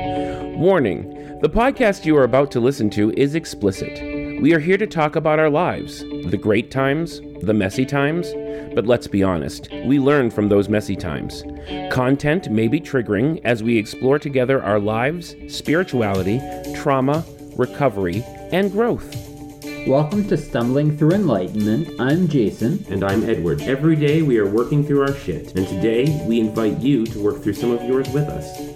Warning The podcast you are about to listen to is explicit. We are here to talk about our lives the great times, the messy times, but let's be honest, we learn from those messy times. Content may be triggering as we explore together our lives, spirituality, trauma, recovery, and growth. Welcome to Stumbling Through Enlightenment. I'm Jason. And I'm Edward. Every day we are working through our shit, and today we invite you to work through some of yours with us.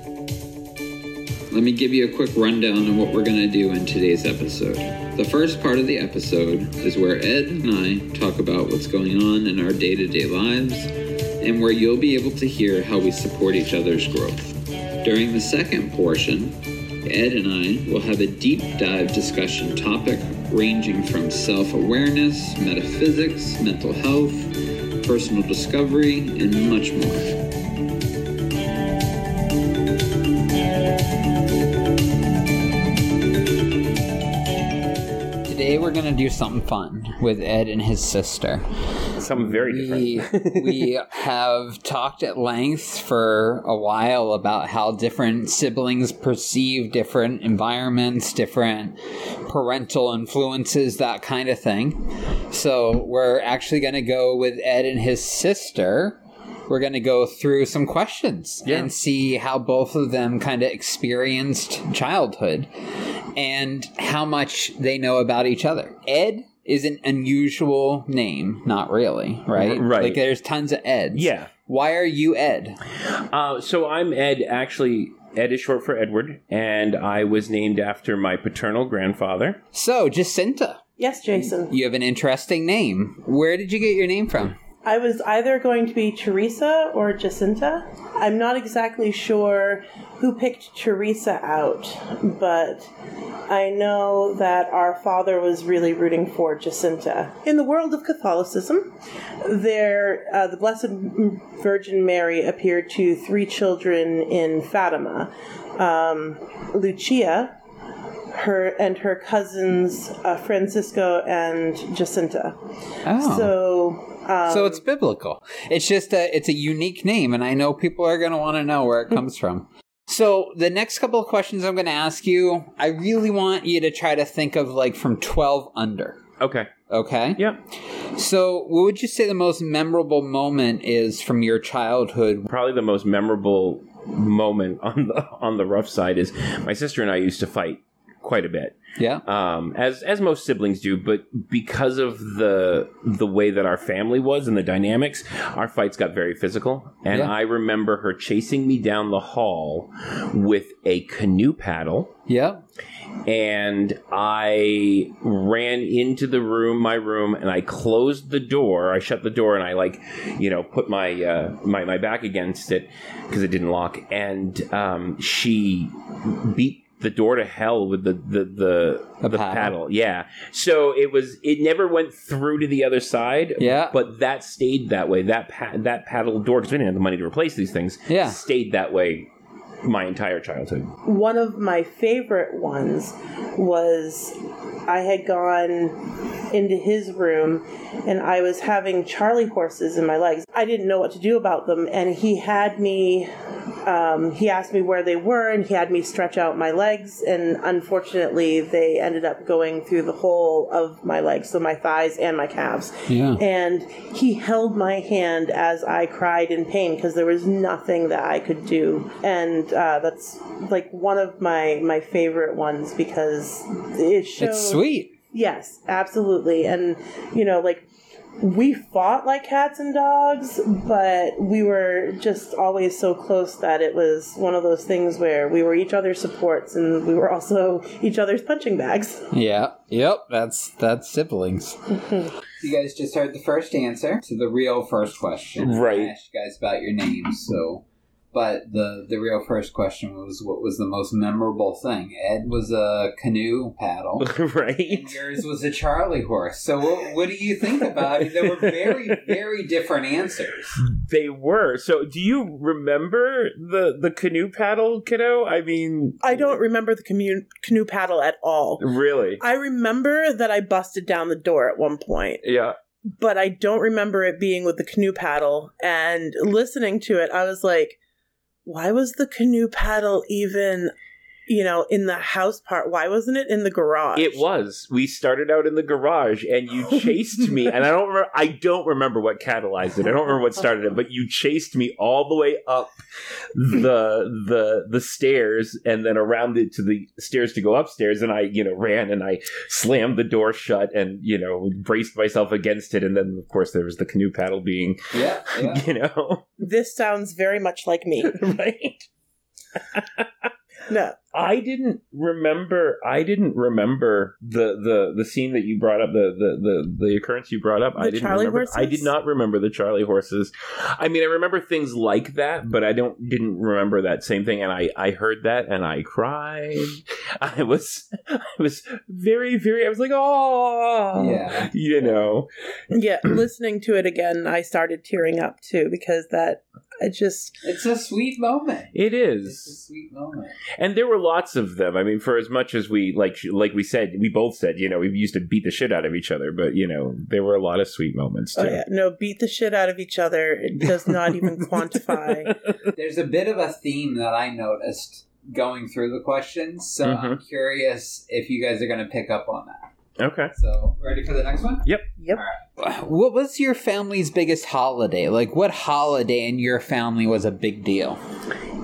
Let me give you a quick rundown of what we're going to do in today's episode. The first part of the episode is where Ed and I talk about what's going on in our day to day lives and where you'll be able to hear how we support each other's growth. During the second portion, Ed and I will have a deep dive discussion topic ranging from self awareness, metaphysics, mental health, personal discovery, and much more. Today we're going to do something fun with Ed and his sister. Something very We, we have talked at length for a while about how different siblings perceive different environments, different parental influences, that kind of thing. So we're actually going to go with Ed and his sister. We're going to go through some questions Yeah. and see how both of them kind of experienced childhood and how much they know about each other. Ed is an unusual name, not really, right? R- right. Like there's tons of Eds. Yeah. Why are you Ed? Uh, so I'm Ed. Actually, Ed is short for Edward, and I was named after my paternal grandfather. So, Jacinta, Yes, Jason. you have an interesting name. Where did you get your name from? I was either going to be Teresa or Jacinta. I'm not exactly sure who picked Teresa out, but I know that our father was really rooting for Jacinta. In the world of Catholicism, there uh, the Blessed Virgin Mary appeared to three children in Fatima: um, Lucia, her and her cousins uh, Francisco and Jacinta. Oh. So, um, So it's biblical. It's just a it's a unique name, and I know people are going to want to know where it comes from. So the next couple of questions I'm going to ask you, I really want you to try to think of like from 12 under. Okay. Okay. Yeah. So what would you say the most memorable moment is from your childhood? Probably the most memorable moment on the on the rough side is my sister and I used to fight quite a bit, Yeah. um, as as most siblings do. But because of the the way that our family was and the dynamics, our fights got very physical. And Yeah. I remember her chasing me down the hall with a canoe paddle. Yeah. and I ran into the room, my room, and I closed the door. I shut the door, and I like, you know, put my uh, my my back against it because it didn't lock. And um, she beat the door to hell with the the the, The the paddle. paddle. Yeah. So it was. It never went through to the other side. Yeah. But that stayed that way. That pa- that paddle door because we didn't have the money to replace these things. Yeah. Stayed that way my entire childhood. one of my favorite ones was I had gone into his room and I was having Charlie horses in my legs. I didn't know what to do about them, and he had me. Um, he asked me where they were, and he had me stretch out my legs. And unfortunately, they ended up going through the whole of my legs, so my thighs and my calves. Yeah. And he held my hand as I cried in pain because there was nothing that I could do. And uh, that's like one of my my favorite ones because it shows. It's sweet. Yes, absolutely. And you know, like we fought like cats and dogs, but we were just always so close that it was one of those things where we were each other's supports and we were also each other's punching bags. Yeah. Yep. That's that's siblings. you guys just heard the first answer to the real first question. Right. I asked you guys about your names, so but the the real first question was what was the most memorable thing? Ed was a canoe paddle. right. And yours was a Charlie horse. So what, what do you think about? I mean, there were very, very different answers. They were. So, do you remember the the canoe paddle, kiddo? I mean, I don't remember the commun- canoe paddle at all. really. I remember that I busted down the door at one point, Yeah. but I don't remember it being with the canoe paddle. And listening to it, I was like, why was the canoe paddle even, you know, in the house part? Why wasn't it in the garage? It was. We started out in the garage, and you chased me. And I don't. Remember, I don't remember what catalyzed it. I don't remember what started it. But you chased me all the way up the the the stairs, and then around it to the stairs to go upstairs. And I, you know, ran and I slammed the door shut, and you know, braced myself against it. And then, of course, there was the canoe paddle being, Yeah, yeah. you know, This sounds very much like me. right. No. I didn't remember. I didn't remember the the the scene that you brought up. The the the, the occurrence you brought up. I The didn't Charlie remember. I horses? did not remember the Charlie horses. I mean, I remember things like that, but I don't didn't remember that same thing. And I I heard that and I cried. I was I was very very. I was like, oh, Yeah. You know, Yeah, listening to it again, I started tearing up too because that I just It's a sweet moment. it It's a is. sweet moment. And there were lots of them. I mean, for as much as we like, like we said, we both said, you know, we used to beat the shit out of each other, but you know, there were a lot of sweet moments too. oh yeah, no, beat the shit out of each other. It does not even quantify. There's a bit of a theme that I noticed going through the questions, so Mm-hmm. I'm curious if you guys are going to pick up on that. Okay. So, ready for the next one? Yep. What was your family's biggest holiday? Like, what holiday in your family was a big deal?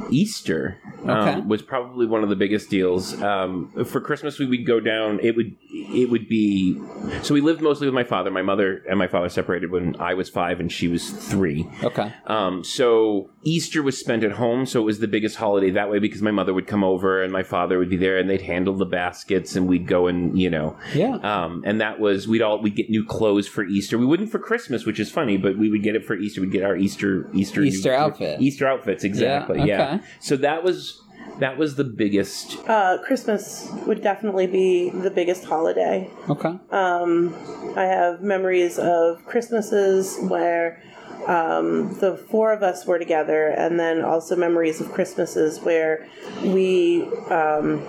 Easter um, Okay. was probably one of the biggest deals. Um, for Christmas, we would go down. It would it would be so. We lived mostly with my father. My mother and my father separated when I was five and she was three. Okay. Um, so Easter was spent at home, so it was the biggest holiday that way because my mother would come over and my father would be there, and they'd handle the baskets, and we'd go and you know Yeah. um, and that was we'd all we'd get new clothes for Easter. We wouldn't for Christmas, which is funny, but we would get it for Easter. We'd get our Easter Easter Easter outfit. Easter outfits exactly. Yeah. okay. So that was that was the biggest. Uh, Christmas would definitely be the biggest holiday. Okay. Um, I have memories of Christmases where um, the four of us were together, and then also memories of Christmases where we um,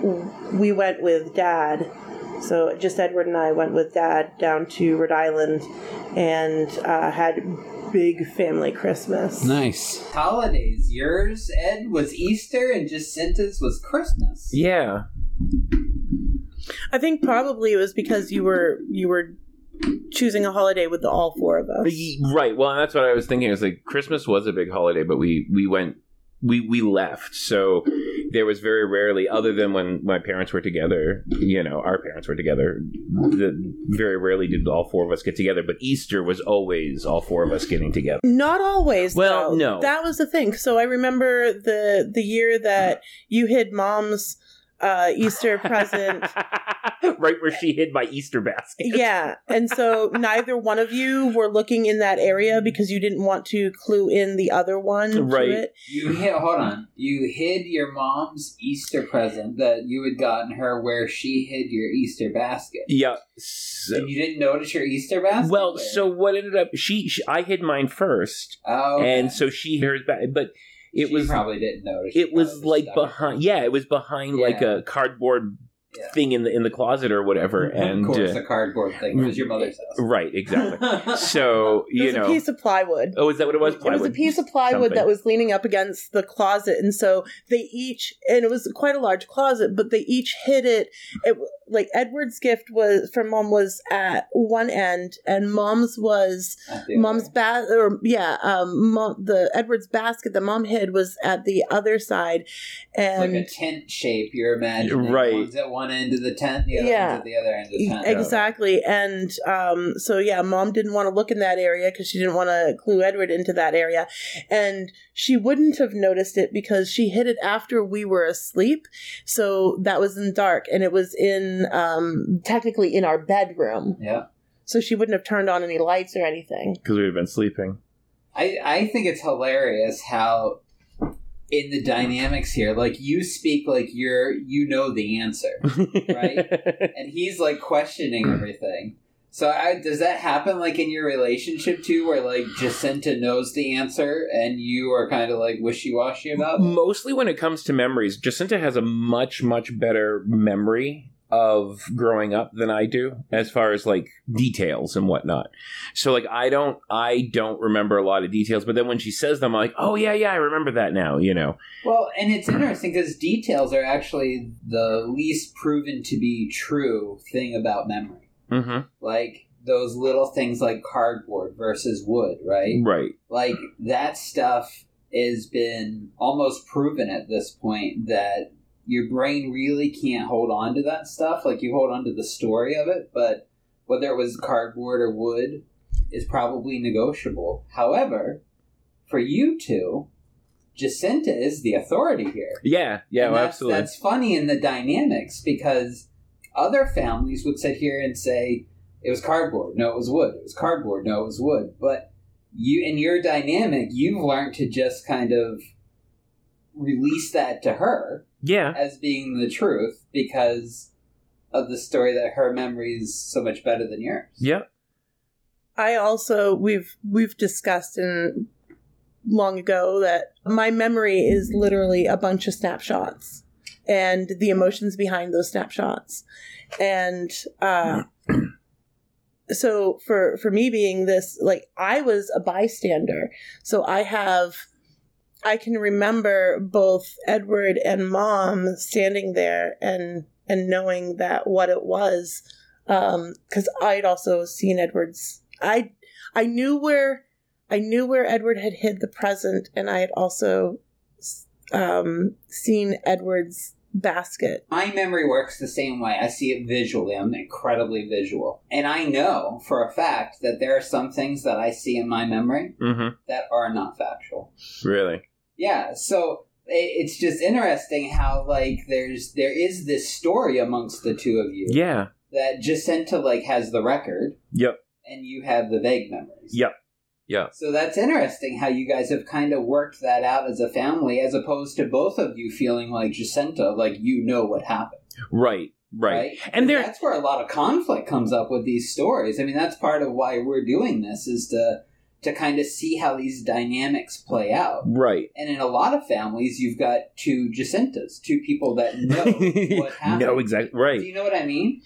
w- we went with Dad. So just Edward and I went with Dad down to Rhode Island and uh, had big family Christmas. Nice. Holidays. Yours, Ed, was Easter, and Jacinta's was Christmas. Yeah. I think probably it was because you were you were choosing a holiday with the all four of us. Right. Well, that's what I was thinking. It was like Christmas was a big holiday, but we we went we we left. So there was very rarely, other than when my parents were together. You know, our parents were together. The, very rarely did all four of us get together. But Easter was always all four of us getting together. Not always. Well, though. no. That was the thing. So I remember the the year that you hid mom's uh, Easter present. right where she hid my Easter basket. yeah, and so neither one of you were looking in that area because you didn't want to clue in the other one. Right. To it. You hid. Hold on. You hid your mom's Easter present that you had gotten her, where she hid your Easter basket. Yeah. So, and you didn't notice your Easter basket. well, there? so what ended up? She, she I hid mine first, oh, okay. and so she hid hers back. But it She was probably didn't notice. it She was probably like stuck it. behind. Yeah, it was behind like Yeah. a cardboard Yeah. thing in the in the closet or whatever. And of course, uh, the cardboard thing it was your mother's house. right, exactly. so It you was a know. piece of plywood. Oh, is that what it was? It was a Plywood. piece of plywood something. that was leaning up against the closet, and so they each, and it was quite a large closet, but they each hid it. it w- like Edward's gift was from mom was at one end, and mom's was Not the mom's other. ba- or yeah, um, mom, the Edward's basket that mom hid was at the other side, It's and like a tent shape. You're imagining Right. One's at one end of the tent, the other Yeah. one's at the other end of the E- tent. Exactly. And um, so, yeah, mom didn't want to look in that area because she didn't want to clue Edward into that area. And she wouldn't have noticed it because she hid it after we were asleep. So that was in dark and it was in um, technically in our bedroom. Yeah, So she wouldn't have turned on any lights or anything. Because we had been sleeping. I I think it's hilarious how in the dynamics here, like you speak like you're you know the answer, right? and he's like questioning everything. So I, does that happen like in your relationship too, where like Jacinta knows the answer and you are kind of like wishy washy about it? Mostly when it comes to memories, Jacinta has a much much better memory of growing up than I do as far as like details and whatnot. So like I don't I don't remember a lot of details, but then when she says them, I'm like, oh yeah, yeah, I remember that now. You know, Well, and it's interesting because details are actually the least proven to be true thing about memory. mm-hmm. Like those little things like cardboard versus wood, right? right? Like that stuff has been almost proven at this point that your brain really can't hold on to that stuff. Like you hold on to the story of it, but whether it was cardboard or wood is probably negotiable. However, for you two, Jacinta is the authority here. Yeah, yeah, And well, that's, absolutely. That's funny in the dynamics because other families would sit here and say it was cardboard. No, it was wood. It was cardboard. No, it was wood. But you, in your dynamic, you've learned to just kind of release that to her yeah, as being the truth because of the story that her memory is so much better than yours. yeah, I also we've we've discussed in long ago that my memory is literally a bunch of snapshots and the emotions behind those snapshots. And uh so for for me being this like I was a bystander. So I have I can remember both Edward and mom standing there and and knowing that what it was um because i'd also seen edward's i i knew where i knew where edward had hid the present and i had also um seen edward's basket my memory works the same way. I see it visually. I'm incredibly visual. And I know for a fact that there are some things that I see in my memory mm-hmm. that are not factual. really, Yeah, so it, it's just interesting how like there's there is this story amongst the two of you yeah, that Jacinta like has the record yep, and you have the vague memories. yep, yeah, So that's interesting how you guys have kind of worked that out as a family as opposed to both of you feeling like Jacinta like you know what happened. right, right, right? And there- that's where a lot of conflict comes up with these stories. I mean, that's part of why we're doing this is to to kind of see how these dynamics play out. right. And in a lot of families, you've got two Jacintas, two people that know what happened. no, exactly, Do right. you know what I mean?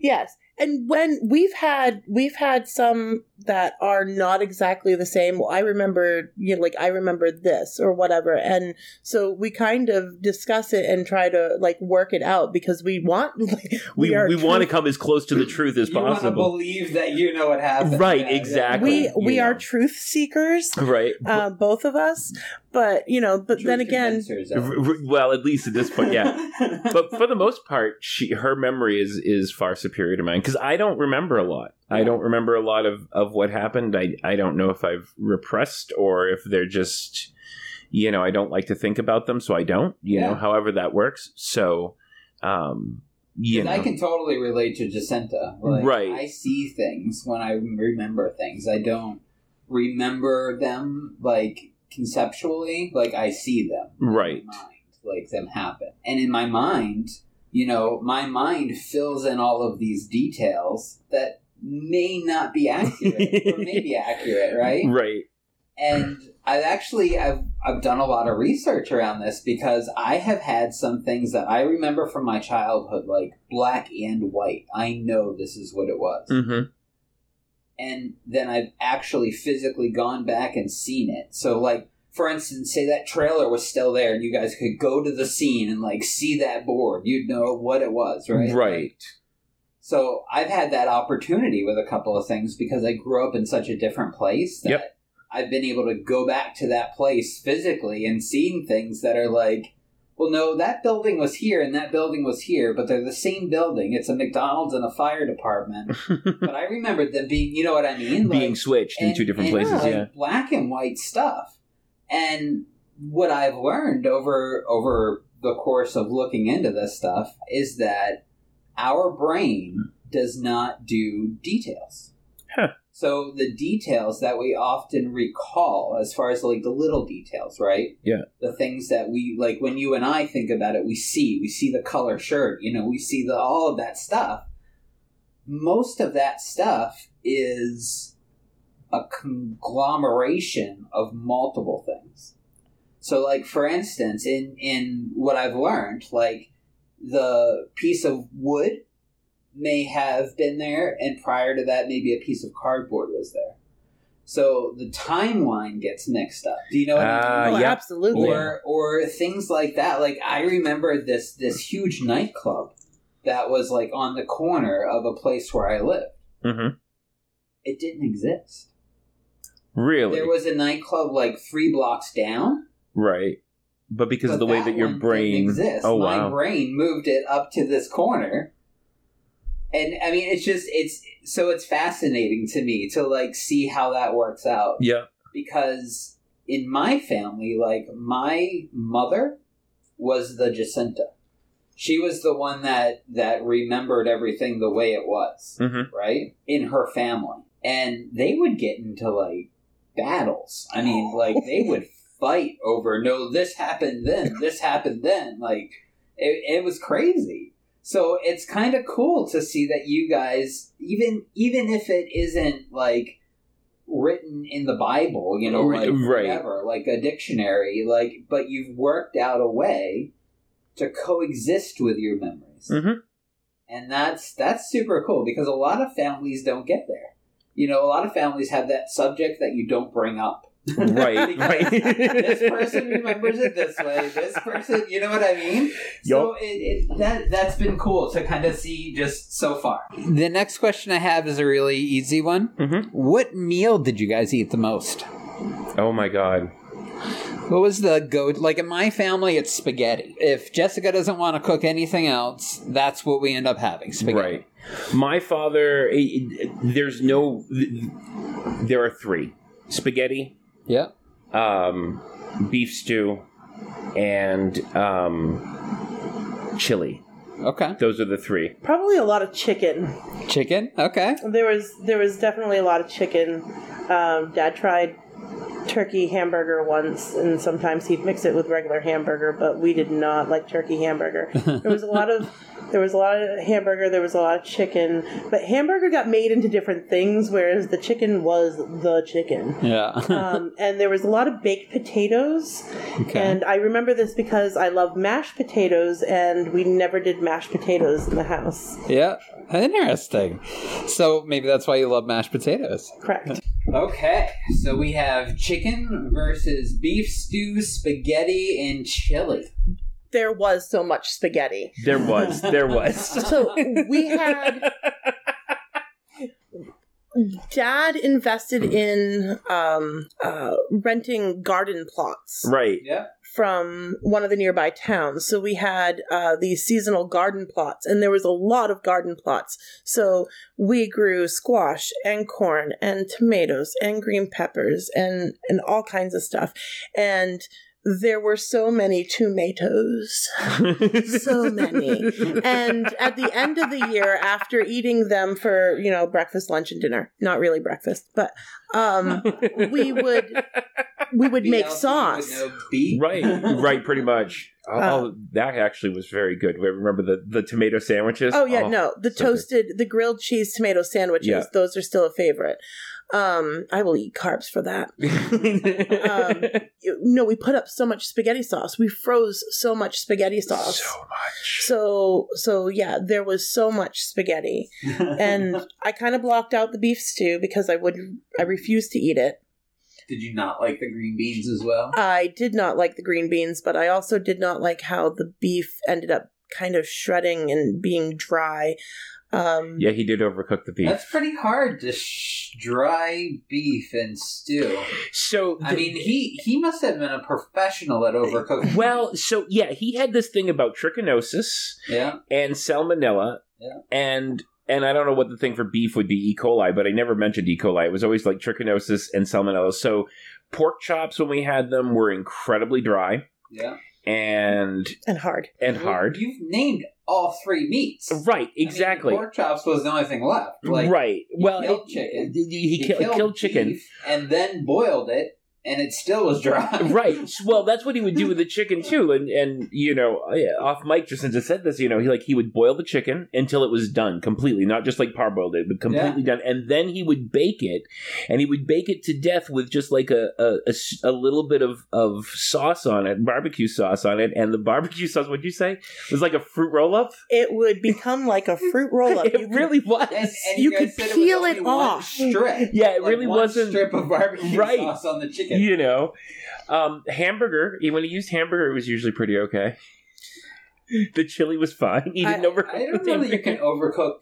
yes and when we've had we've had some that are not exactly the same well i remember you know like i remember this or whatever and so we kind of discuss it and try to like work it out because we want We we, are we want to truth- come as close to the truth as you want to possible. believe that you know what happened, Right, Yeah, yeah. exactly. we you we know. are truth seekers Right. uh, both of us. But you know, but Truth then again, condensers R- are- r- well, at least at this point, yeah. but for the most part, she her memory is is far superior to mine because I don't remember a lot. I don't remember a lot of of what happened. I I don't know if I've repressed or if they're just you know I don't like to think about them, so I don't. You know, Yeah. however that works. So, um, you know, I can totally relate to Jacinta. Like, Right. I see things when I remember things. I don't remember them like conceptually. Like I see them. right, In my mind, like them happen, and in my mind, you know, my mind fills in all of these details that may not be accurate or may be accurate, right? right, and I've actually I've I've done a lot of research around this because I have had some things that I remember from my childhood, like black and white. I know this is what it was, mm-hmm. and then I've actually physically gone back and seen it. So, like for instance, say that trailer was still there, and you guys could go to the scene and like see that board, you'd know what it was, right? right, right, So I've had that opportunity with a couple of things because I grew up in such a different place that Yep. I've been able to go back to that place physically and seen things that are like, well, no, that building was here and that building was here, but they're the same building. It's a McDonald's and a fire department. but I remembered them being, you know what I mean? being Like, switched in two different places. like, Yeah, black and white stuff. And what I've learned over over the course of looking into this stuff is that our brain does not do details. Huh. So the details that we often recall, as far as like the little details, right? Yeah. The things that we like when you and I think about it, we see, we see the color shirt, you know, we see the all of that stuff. Most of that stuff is a conglomeration of multiple things. So, like for instance, in in what I've learned, like the piece of wood may have been there, and prior to that, maybe a piece of cardboard was there. So the timeline gets mixed up. Do you know what I mean? Uh, oh, yeah. absolutely. Or or things like that. Like I remember this this huge nightclub that was like on the corner of a place where I lived. Mhm. It didn't exist. Really? There was a nightclub like three blocks down. right. But because of but the way that your one brain. didn't exist. Oh, my wow. brain moved it up to this corner. And I mean, it's just it's so it's fascinating to me to like see how that works out Yeah. because in my family, like my mother was the Jacinta. She was the one that that remembered everything the way it was, Mhm. right? In her family, and they would get into like battles. I mean, like they would fight over no, this happened then, this happened then. Like it, it was crazy. So it's kind of cool to see that you guys, even even if it isn't like written in the Bible, you know, like Right. whatever, like a dictionary, like but you've worked out a way to coexist with your memories. Mhm. And that's that's super cool because a lot of families don't get there. You know, a lot of families have that subject that you don't bring up. Right. right. this person remembers it this way. This person, you know what I mean? So it, it, that that's been cool to kind of see just so far. The next question I have is a really easy one. Mhm. What meal did you guys eat the most? Oh my god. What was the go? Like in my family, it's spaghetti. If Jessica doesn't want to cook anything else, that's what we end up having spaghetti. Right. My father, eh, eh, there's no. There are three spaghetti, Yep. um, beef stew, and um, chili. Okay. Those are the three. Probably a lot of chicken. Chicken. Okay. There was there was definitely a lot of chicken. Um, Dad tried turkey hamburger once, and sometimes he'd mix it with regular hamburger, but we did not like turkey hamburger. There was a lot of there was a lot of hamburger. There was a lot of chicken, but hamburger got made into different things, whereas the chicken was the chicken Yeah. um, and there was a lot of baked potatoes. Okay. And I remember this because I love mashed potatoes, and we never did mashed potatoes in the house. yeah. Interesting. So maybe that's why you love mashed potatoes. Correct. Okay, so we have chicken versus beef stew, spaghetti, and chili. There was so much spaghetti. There was. There was. So we had. Dad invested in um, uh, renting garden plots. Right. Yeah. from one of the nearby towns. So we had uh, these seasonal garden plots, and there was a lot of garden plots. So we grew squash and corn and tomatoes and green peppers and and all kinds of stuff. And there were so many tomatoes. So many. And at the end of the year, after eating them for, you know, breakfast, lunch, and dinner, not really breakfast, but um, we would we would make BLT with sauce. No beef. Right, right, pretty much. Uh. Oh, that actually was very good. I remember the the tomato sandwiches. Oh yeah, no, the so good. toasted, the grilled cheese tomato sandwiches. Yeah. Those are still a favorite. Um, I will eat carbs for that. Um, you- no, we put up so much spaghetti sauce. We froze so much spaghetti sauce. So much. So so yeah, there was so much spaghetti, and I kind of blocked out the beef stew because I would I refused to eat it. Did you not like the green beans as well? I did not like the green beans, but I also did not like how the beef ended up kind of shredding and being dry. Um, Yeah, he did overcook the beef. That's pretty hard to sh- dry beef and stew. So I mean, he he must have been a professional at overcooking. well, so yeah, he had this thing about trichinosis yeah, and salmonella, Yeah. and and I don't know what the thing for beef would be E. coli, but I never mentioned E. coli. It was always like trichinosis and salmonella. So pork chops when we had them were incredibly dry yeah, and and hard. and hard. You've named all three meats. Right, I mean, exactly. pork chops was the only thing left. Like, right. Well, killed it- chicken. He, he kill- killed, chicken. beef and then boiled it and it still was dry. right. Well, that's what he would do with the chicken too, and and you know, I- off mic, Jacinta said this. You know, he like he would boil the chicken until it was done completely, not just like parboiled it, but completely done, and then he would bake it, and he would bake it to death with just like a a, a s- a little bit of of sauce on it, barbecue sauce on it, and the barbecue sauce. What'd you say? It was like a fruit roll up. It would become like a fruit roll up. It really was. And, and You guys could said was peel only it one off. Strip. yeah, it Like, really one wasn't. Strip of barbecue Right. sauce on the chicken. You know, um, hamburger. When he used hamburger, it was usually pretty okay. The chili was fine. He didn't I- overcook I the don't know that you hamburger. can overcook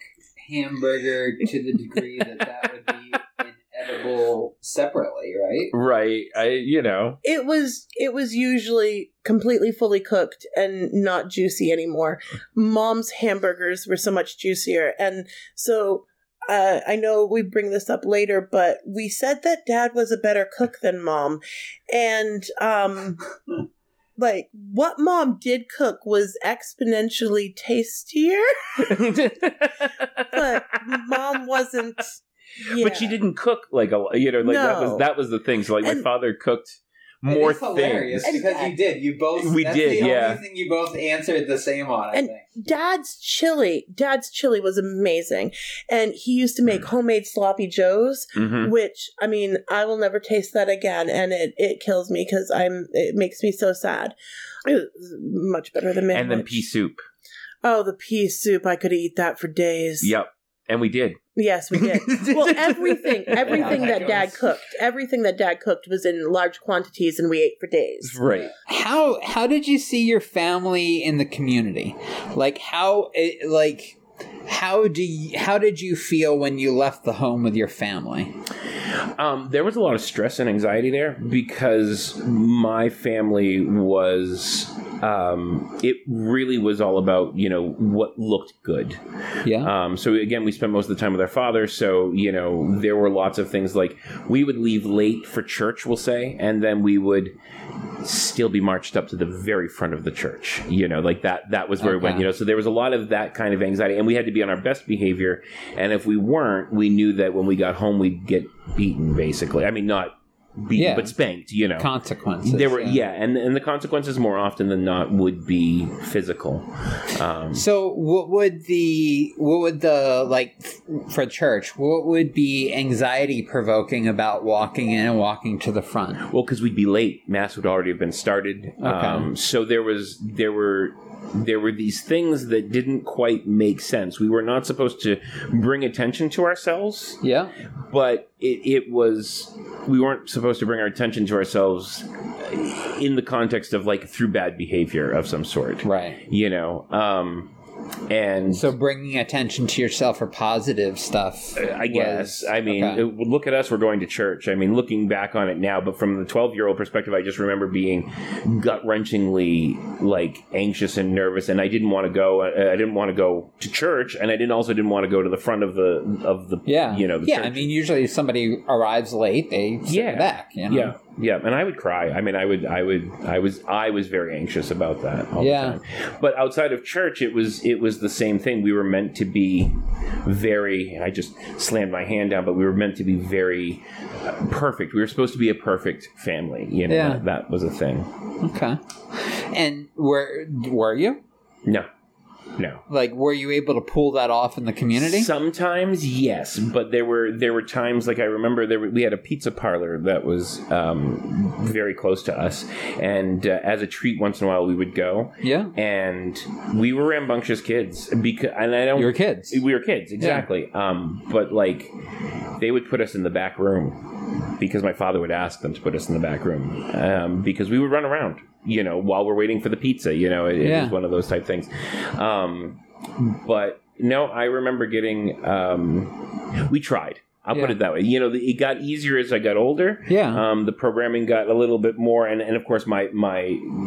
hamburger to the degree that that would be inedible separately, right? Right. I you know. it was it was usually completely fully cooked and not juicy anymore. Mom's hamburgers were so much juicier, and so uh, I know we bring this up later, but we said that Dad was a better cook than Mom, and um, like what Mom did cook was exponentially tastier, but Mom wasn't. Yeah. But she didn't cook like a you know like that No. was that was the thing. So like my And- father cooked It more is hilarious things. because you did. You both. We that's did, The yeah. only thing you both answered the same on. I And- think. Dad's chili, Dad's chili was amazing, and he used to make Mm. homemade sloppy joes, Mhm. which I mean, I will never taste that again, and it it kills me because I'm it makes me so sad. It was much better than And then Manwich. pea soup. Oh, the pea soup! I could eat that for days. Yep. And we did. Yes, we did. well, everything, everything Yeah, that that Dad goes. cooked, everything that Dad cooked was in large quantities, and we ate for days. Right. how how did you see your family in the community like how eh, like how do you, how did you feel when you left the home with your family Um, there was a lot of stress and anxiety there because my family was. Um, it really was all about you know what looked good. yeah Um, so again, we spent most of the time with our father. So you know, there were lots of things like we would leave late for church, we'll say, and then we would still be marched up to the very front of the church. You know, like that. That was where we went. Okay. You know, so there was a lot of that kind of anxiety, and we had to be on our best behavior. And if we weren't, we knew that when we got home, we'd get beaten. Basically, I mean, not beaten, Yeah. but spanked. You know, consequences Uh, there were yeah, and and the consequences more often than not would be physical. Um, so what would the what would the like f- for church what would be anxiety provoking about walking in and walking to the front Well, because we'd be late. Mass would already have been started. Um, so there was there were there were these things that didn't quite make sense. We were not supposed to bring attention to ourselves, yeah but it, it was we weren't supposed to bring our attention to ourselves in the context of like through bad behavior of some sort. right You know. Um, and so bringing attention to yourself or positive stuff Uh, I guess. was- I mean, okay. it- look at us. We're going to church. I mean, looking back on it now, but from the twelve-year-old perspective, I just remember being gut-wrenchingly like anxious and nervous, and I didn't want to go. uh, I I didn't want to go to church, and I didn't also didn't want to go to the front of the of the yeah you know the yeah church. i mean usually if somebody arrives late they sit Yeah. back you know? yeah, yeah, and I would cry. I mean, I would, I would, I was, I was very anxious about that. All Yeah. the time. But outside of church, it was, it was the same thing. We were meant to be very. and I just slammed my hand down, but we were meant to be very uh, perfect. We were supposed to be a perfect family. You know, Yeah. that, that was a thing. Okay. And were were you No, no. like were you able to pull that off in the community? Sometimes yes, but there were there were times like I remember there were, we had a pizza parlor that was um, very close to us, and uh, as a treat once in a while we would go, yeah, and we were rambunctious kids because and I don't you were kids. we were kids exactly. Um, but like they would put us in the back room because my father would ask them to put us in the back room um, because we would run around, you know, while we're waiting for the pizza. You know, it, it Yeah. was one of those type things. Um, but no, I remember getting. Um, we tried. I'll put Yeah. it that way. You know, it got easier as I got older. Yeah. Um, the programming got a little bit more, and, and of course, my my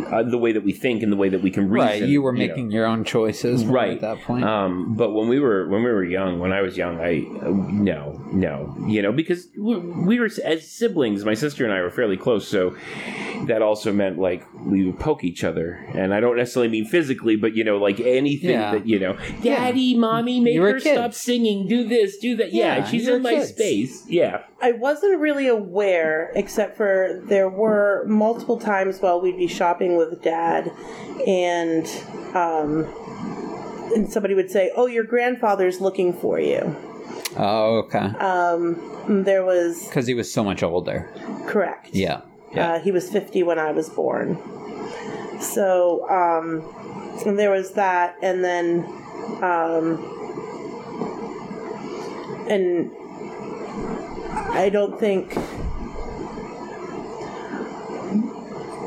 uh, the way that we think and the way that we can reason. right. You were know. making your own choices Right. at that point. Um, but when we were when we were young, when I was young, I uh, no no you know because we we were as siblings. My sister and I were fairly close, so that also meant like we would poke each other, and I don't necessarily mean physically, but you know, like anything Yeah. that you know, Yeah. daddy, mommy, make You her were kids. stop singing, do this, do that. Yeah, Yeah, she's you in were my kids. space. Yeah, I wasn't really aware, except for there were multiple times while we'd be shopping with dad, and um, and somebody would say, "Oh, your grandfather's looking for you." Oh, okay. Um, there was Because he was so much older. correct. Yeah. Uh, he was 50 when I was born. So um, and there was that, and then um, and I don't think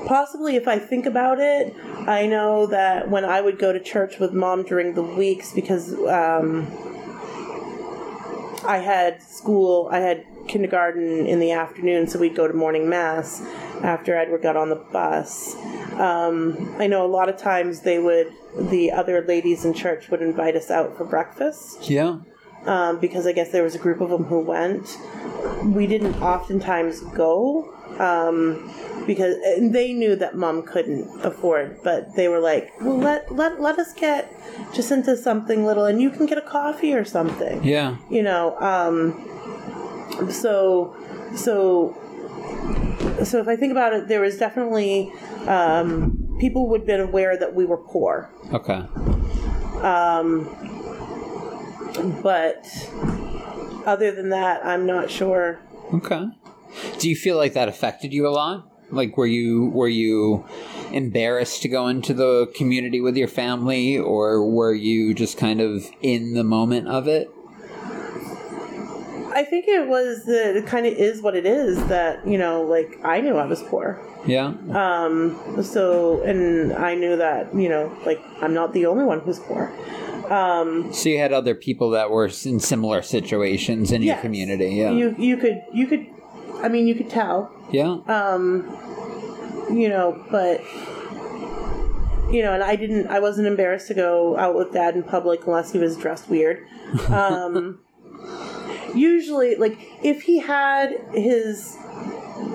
possibly if I think about it, I know that when I would go to church with mom during the weeks because um, I had school, I had kindergarten in the afternoon, so we'd go to morning mass after Edward got on the bus. Um, I know a lot of times they would, the other ladies in church would invite us out for breakfast Yeah. um, because I guess there was a group of them who went. We didn't oftentimes go um, because and they knew that mom couldn't afford, but they were like, "Well, let let let us get just into something little, and you can get a coffee or something." Yeah. you know um so so so if i think about it there was definitely um people would have been aware that we were poor Okay. um but other than that i'm not sure Okay. Do you feel like that affected you a lot? Like were you were you embarrassed to go into the community with your family or were you just kind of in the moment of it? i think it was the it kind of is what it is that you know like i knew i was poor Yeah. um so and i knew that you know like i'm not the only one who's poor um So you had other people that were in similar situations in your Yes. community. Yeah. You you could you could I mean you could tell. yeah. Um you know, but you know, and I didn't I wasn't embarrassed to go out with dad in public unless he was dressed weird. Um usually like if he had his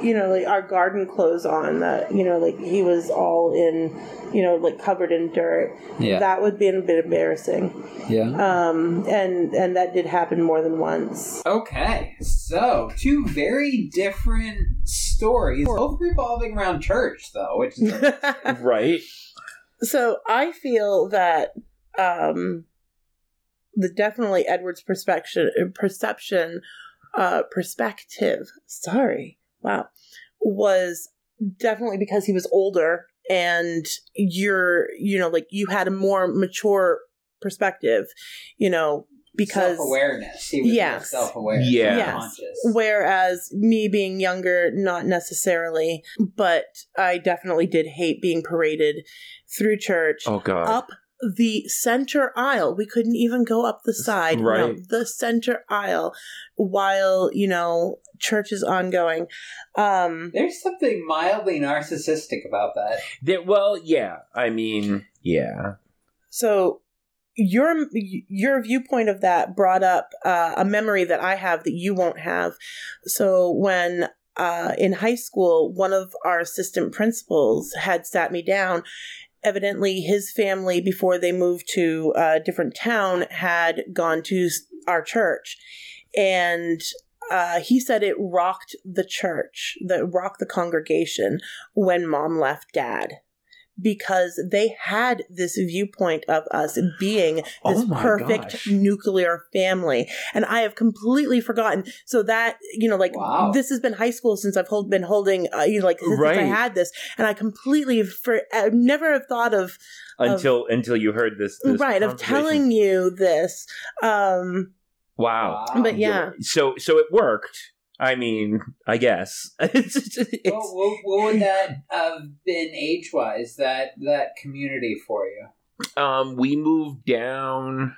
you know, like our garden clothes on that, you know, like he was all in, you know, like covered in dirt. Yeah. That would be a bit embarrassing. yeah. Um and and that did happen more than once. Okay, so two very different stories, both revolving around church, though, which is right. So I feel that um the definitely Edward's perspective perception uh perspective, sorry. Wow. was definitely because he was older and you're you know like you had a more mature perspective, you know, because self-awareness. He was Yes. self-aware, Yeah. self-conscious. Whereas me being younger, not necessarily, but I definitely did hate being paraded through church Oh God. up the center aisle. We couldn't even go up the side. No, Right. the center aisle while, you know, church is ongoing. Um There's something mildly narcissistic about that. That- well, yeah. I mean, yeah. so your your viewpoint of that brought up uh, a memory that I have that you won't have. So when uh, in high school, one of our assistant principals had sat me down. Evidently, his family before they moved to a different town had gone to s- our church, and uh, he said it rocked the church, that rocked the congregation when mom left dad because they had this viewpoint of us being this Oh my perfect gosh. nuclear family and i have completely forgotten so that you know like Wow. this has been high school since i've hold, been holding uh, you know like since i Right. had this and i completely for i never have thought of Of- Until until you heard this, this right of conversation. telling you this um Wow. Um, but yeah So so it worked. I mean, I guess. It's- it's- it's- What, what, what would that have been age-wise? That that community for you? um, we moved down.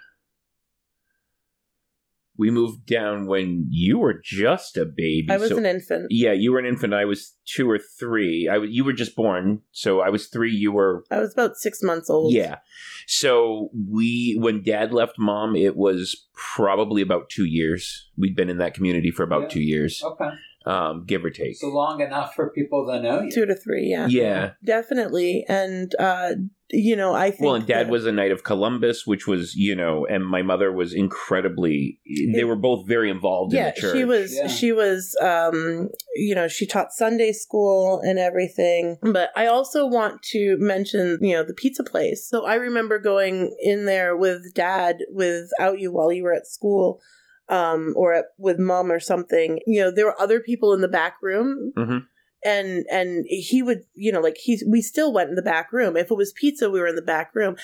We moved down when you were just a baby. I was so- an infant. yeah, you were an infant. I was two or three. I w- you were just born, so I was three. You were I was about six months old. yeah. So we, when Dad left Mom, it was probably about two years. We'd been in that community for about Yeah. two years, Okay. um, give or take. So long enough for people to know you. Two to three, yeah. yeah. Definitely. And, uh, you know, I think. Well, and Dad that- was a Knight of Columbus, which was you know, and my mother was incredibly. They were both very involved Yeah, in the church. she was. Yeah. She was. Um, you know, she taught Sunday school and everything. But I also want to mention, you know, the pizza place. So I remember going in there with Dad without you while you were at school, um, or at, with Mom or something. You know, there were other people in the back room. Mhm. And and he would you know like he's we still went in the back room if it was pizza we were in the back room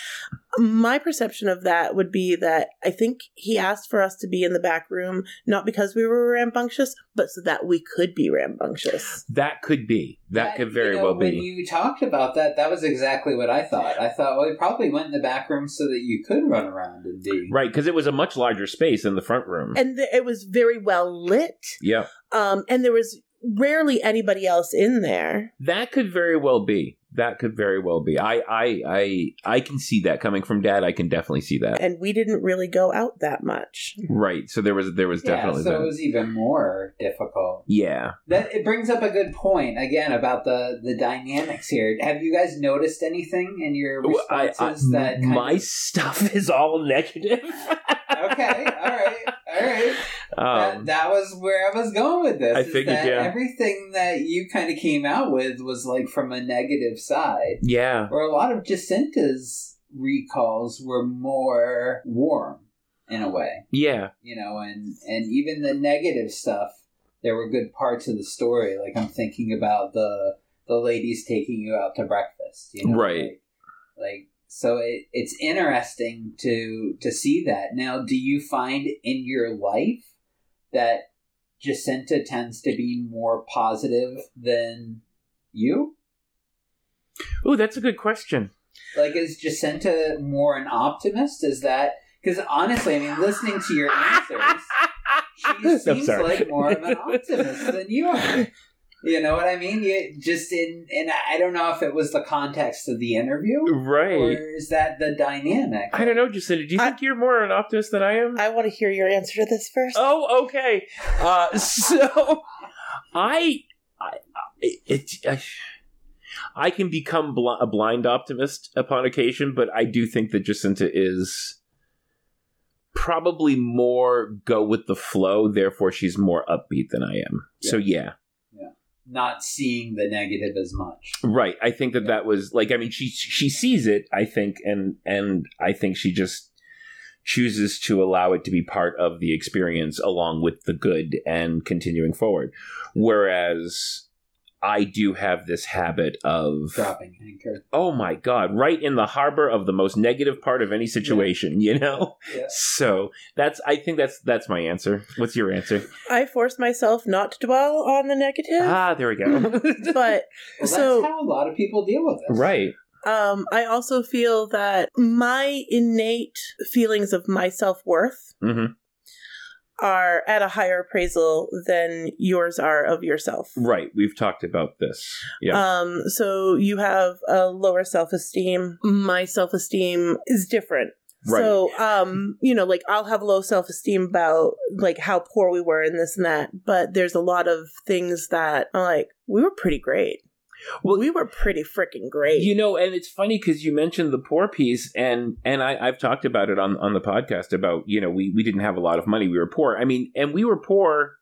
my perception of that would be that I think he asked for us to be in the back room, not because we were rambunctious, but so that we could be rambunctious. That could be. That, could very you know, well when be. you talked about that, that was exactly what I thought. I thought, well, he probably went in the back room so that you could run around and be. Right, because it was a much larger space than the front room. And th- it was very well lit, yeah, um, and there was rarely anybody else in there. that could very well be. That could very well be. I, I, I, I can see that coming from Dad. I can definitely see that. And we didn't really go out that much. Right. So there was, there was Yeah, definitely so that. it was even more difficult. yeah. That it brings up a good point again about the the dynamics here. Have you guys noticed anything in your Well, I- responses I- that kind my of- stuff is all negative. okay, all right, all right. that, Um, that was where I was going with this. I is figured, that yeah. everything that you kind of came out with was like from a negative side, yeah. where a lot of Jacinta's recalls were more warm in a way. Yeah. you know, and and even the negative stuff, there were good parts of the story. Like I'm thinking about the the ladies taking you out to breakfast, you know, Right. Like, like, so, it, it's interesting to to see that. Now, do you find in your life that Jacinta tends to be more positive than you? Oh, that's a good question. Like, is Jacinta more an optimist? Is that because honestly, I mean, listening to your answers. she seems sorry. like more of an optimist than you are. You know what I mean? You just in, and I don't know if it was the context of the interview, or Right. is that the dynamic? I don't know, Jacinta. Do you I- think you're more an optimist than I am? I want to hear your answer to this first. Oh, okay. Uh, so I, I, it, I, I can become bl- a blind optimist upon occasion, but I do think that Jacinta is probably more go with the flow. Therefore, she's more upbeat than I am. So yeah, Not seeing the negative as much. right. I think that that was like I mean she she sees it. I think and and I think she just chooses to allow it to be part of the experience along with the good and continuing forward. Whereas I do have this habit of Dropping anchor. oh my god, right in the harbor of the most negative part of any situation, you know? Yeah. So that's I think that's that's my answer. What's your answer? I forced myself not to dwell on the negative, ah, there we go. but Well, So- that's how a lot of people deal with this, right. um, I also feel that my innate feelings of my self worth Mhm. are at a higher appraisal than yours are of yourself. Right. We've talked about this. Yeah. Um, so you have a lower self esteem. My self esteem is different. Right. So, um, you know, like I'll have low self esteem about like how poor we were and this and that, but there's a lot of things that are like, we were pretty great. Well- we were pretty freaking great. You know, and it's funny because you mentioned the poor piece, and and I, I've talked about it on on the podcast about you know we we didn't have a lot of money, we were poor. I mean, and we were poor,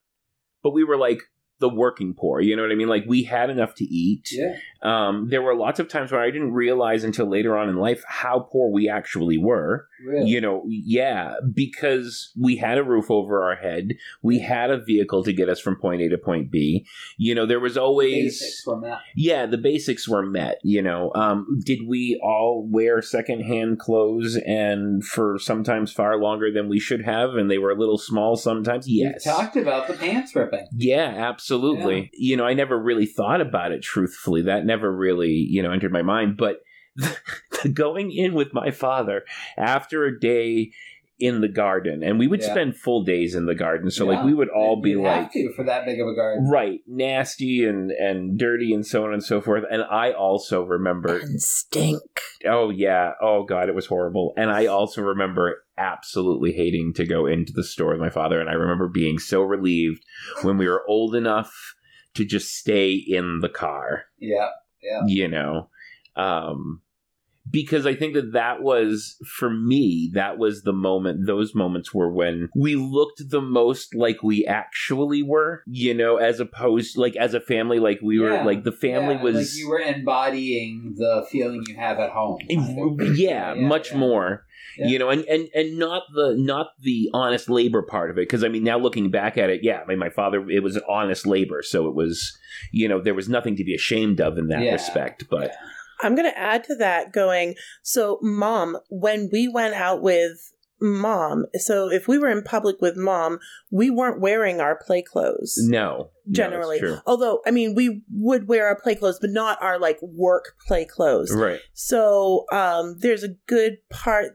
but we were like the working poor. You know what I mean? Like we had enough to eat. Yeah, Um, there were lots of times where I didn't realize until later on in life how poor we actually were. really. You know, yeah, because we had a roof over our head, we had a vehicle to get us from point A to point B. You know, there was always Basics were met. yeah the basics were met you know um, did we all wear secondhand clothes and for sometimes far longer than we should have and they were a little small sometimes yes We talked about the pants ripping. yeah absolutely Yeah. you know i never really thought about it truthfully that never really you know entered my mind but the, going in with my father after a day in the garden, and we would Yeah. spend full days in the garden. So like Yeah. we would all be Mm-hmm. You'd like have to for that big of a garden. right nasty and and dirty and so on and so forth. And I also remember and stink. oh yeah oh god it was horrible and i also remember absolutely hating to go into the store with my father and i remember being so relieved when we were old enough to just stay in the car Yeah, you know um because i think that that was for me that was the moment those moments were when we looked the most like we actually were you know as opposed like as a family like we were Yeah. like the family Yeah, was like you were embodying the feeling you have at home. Mm, yeah, much yeah. more Yeah. you know and, and and not the not the honest labor part of it because i mean now looking back at it yeah i mean my father it was honest labor so it was you know there was nothing to be ashamed of in that Yeah. respect but I'm going to add to that going, so mom, when we went out with mom, so if we were in public with mom, we weren't wearing our play clothes no generally. no, it's Although, I mean, we would wear our play clothes, but not our like work play clothes. true. right So, um, there's a good part,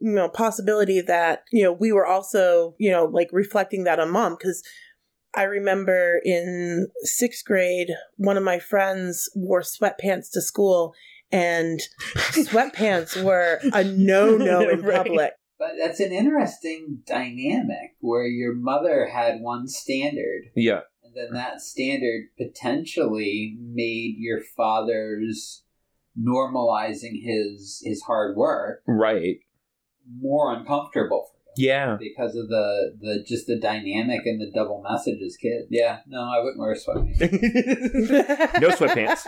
you know, possibility that, you know, we were also, you know, like reflecting that on mom because I remember in sixth grade, one of my friends wore sweatpants to school and sweatpants were a no no in Right. public. But that's an interesting dynamic where your mother had one standard, yeah and then that standard potentially made your father's normalizing his his hard work right more uncomfortable for him yeah because of the the just the dynamic and the double messages kid. Yeah, no, I wouldn't wear sweatpants. no sweatpants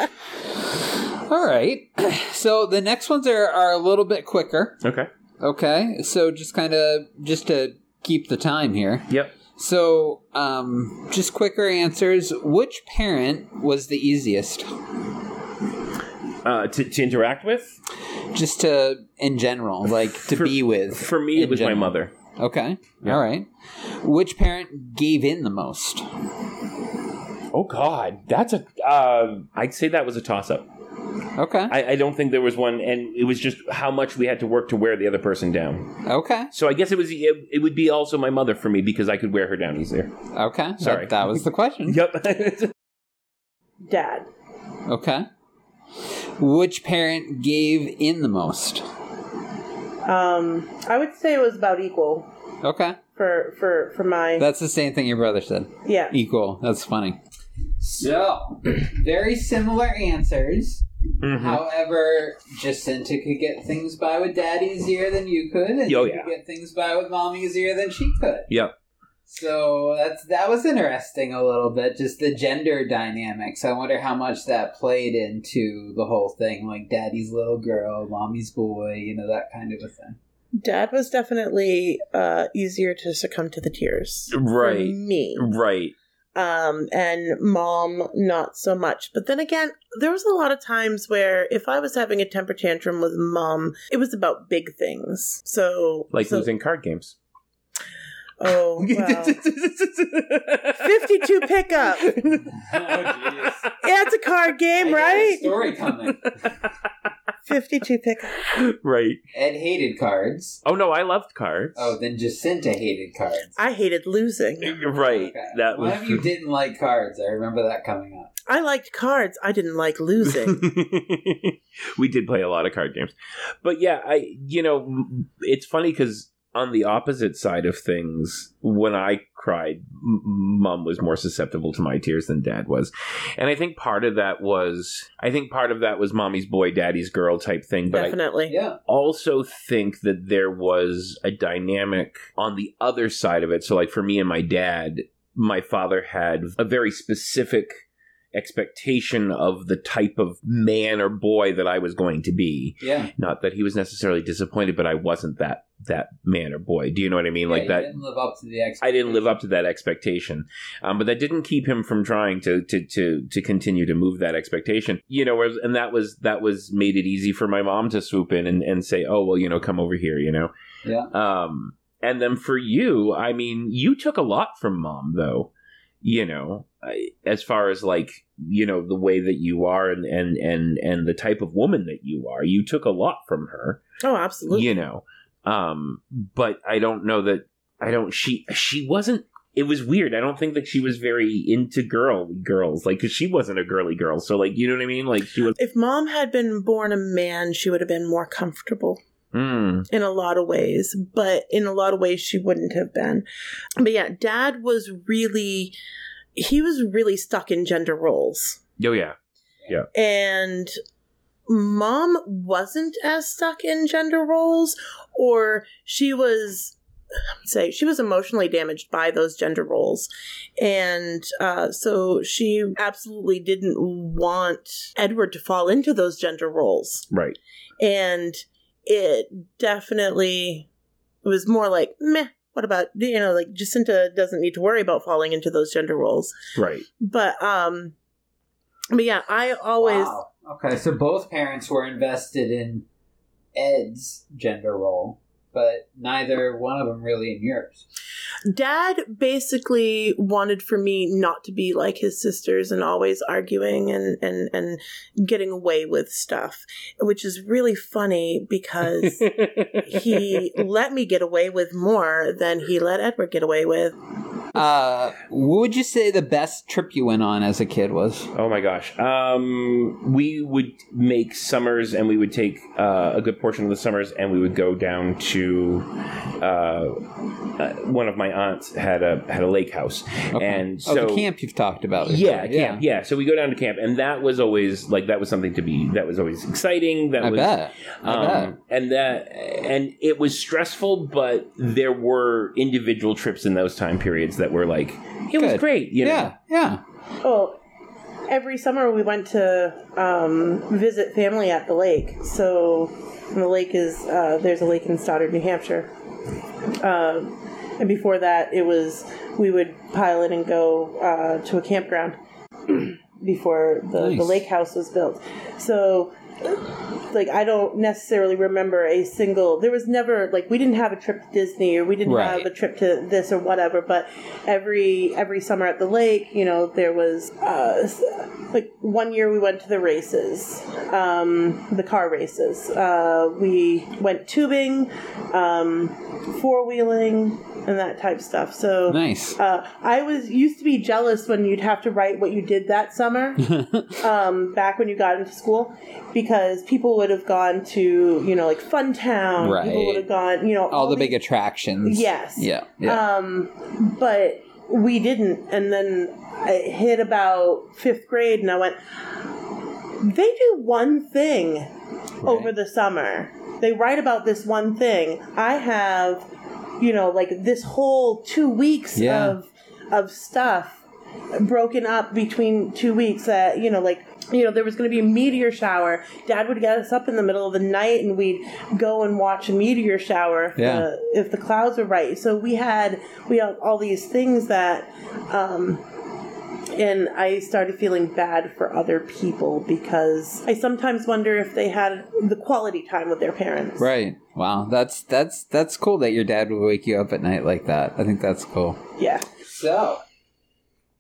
All right. So the next ones are, are a little bit quicker. okay Okay. So just kind of just to keep the time here. yep So um, just quicker answers. Which parent was the easiest? uh to, to interact with Just to in general, like to For- be with. for me it in was general. my mother Okay. Yeah. All right. Which parent gave in the most? oh god that's a uh, i'd say that was a toss-up Okay. I, I don't think there was one, and it was just how much we had to work to wear the other person down. Okay. So I guess it was it, it would be also my mother for me because I could wear her down easier. Okay. That- Sorry. That, was the question. Yep. Mm-hmm. Dad. Okay. Which parent gave in the most? Um, I would say it was about equal Okay. for for for my That's the same thing your brother said. yeah. Equal. That's funny. So, very similar answers. Mm-hmm. However, Jacinta could get things by with dad easier than you could, and Oh, you could get things by with mom easier than she could. Yep. So that's that was interesting a little bit, just the gender dynamics. I wonder how much that played into the whole thing, like daddy's little girl, mommy's boy, you know, that kind of a thing. Dad was definitely uh, easier to succumb to the tears. for Right. me. Right. um, and mom not so much. But then again, there was a lot of times where if I was having a temper tantrum with mom, it was about big things. So Like so, losing card games. Oh, wow. fifty-two pickup. Oh, Yeah, it's a card I game, got a right? Story coming. Fifty-two pickup. right. Ed hated cards. Oh no, I loved cards. Oh, then Jacinta hated cards. I hated losing. right. Okay. That One was. of you didn't like cards. I remember that coming up. I liked cards. I didn't like losing. we did play a lot of card games. But yeah, I you know, it's funny because on the opposite side of things, when I cried, m- mom was more susceptible to my tears than dad was. And I think part of that was I think part of that was mommy's boy, daddy's girl type thing, but I Definitely. Yeah. also think that there was a dynamic on the other side of it. So, like for me and my dad, my father had a very specific expectation of the type of man or boy that I was going to be. Yeah. Not that he was necessarily disappointed, but I wasn't that that man or boy. Do you know what I mean? Yeah, like you that didn't live up to the ex. I didn't live up to that expectation, um, but that didn't keep him from trying to to to to continue to move that expectation. You know, whereas, and that was that was made it easy for my mom to swoop in and, and say, "Oh, well, you know, come over here," you know. Yeah. Um, and then for you, I mean, you took a lot from mom, though. You know, I- as far as like you know the way that you are and and and and the type of woman that you are, you took a lot from her Oh, absolutely. you know Um, but I don't know that I don't. She she wasn't. It was weird. I don't think that she was very into girl girls, like because she wasn't a girly girl. So like you know what I mean? Like she was. If mom had been born a man, she would have been more comfortable Mm, in a lot of ways, but in a lot of ways she wouldn't have been. But yeah, dad was really he was really stuck in gender roles. oh yeah. And mom wasn't as stuck in gender roles or she was say she was emotionally damaged by those gender roles and uh, so she absolutely didn't want edward to fall into those gender roles Right. and it definitely was more like meh. What about you know like Jacinta doesn't need to worry about falling into those gender roles, Right. but um, but yeah, I always Wow. Okay, so both parents were invested in Ed's gender role, but neither one of them really in yours. dad basically wanted for me not to be like his sisters and always arguing and and and getting away with stuff, which is really funny because he let me get away with more than he let Edward get away with. Uh, what would you say the best trip you went on as a kid was? Oh my gosh. Um, we would make summers, and we would take uh, a good portion of the summers, and we would go down to uh, uh, one of my aunts had a had a lake house, Okay. and oh, so the camp you've talked about. Yeah, camp. Yeah. so we go down to camp, and that was always like that was something to be that was always exciting. That I was bet. I bet. um, and that and it was stressful, but there were individual trips in those time periods that were like it was Good. great. You know? yeah, yeah. Oh, every summer we went to um, visit family at the lake. So and the lake is uh, there's a lake in Stoddard, New Hampshire. Um, and before that, it was we would pile in and go uh, to a campground before the, the Nice. lake house was built. So. Like I don't necessarily remember a single. There was never like we didn't have a trip to Disney or we didn't Right. have a trip to this or whatever. But every every summer at the lake, you know, there was uh, s- like one year we went to the races, um, the car races. Uh, we went tubing, um, four wheeling, and that type stuff. So Nice. uh, I was used to be jealous when you'd have to write what you did that summer, um, back when you got into school, because people would have gone to you know like Fun Town, people Right. would have gone, you know, All the these- big attractions. Yes. Yeah. Yeah. um, but we didn't. And then it hit about fifth grade, and I went, they do one thing Uh, over the summer. They write about this one thing. I have, you know, like this whole two weeks Yeah. of of stuff broken up between two weeks that you know like you know there was going to be a meteor shower dad would get us up in the middle of the night and we'd go and watch a meteor shower if, Yeah. the, if the clouds were right so we had we had all these things that um and I started feeling bad for other people because I sometimes wonder if they had the quality time with their parents. right. Wow. That's that's that's cool that your dad would wake you up at night like that. I think that's cool. Yeah. So,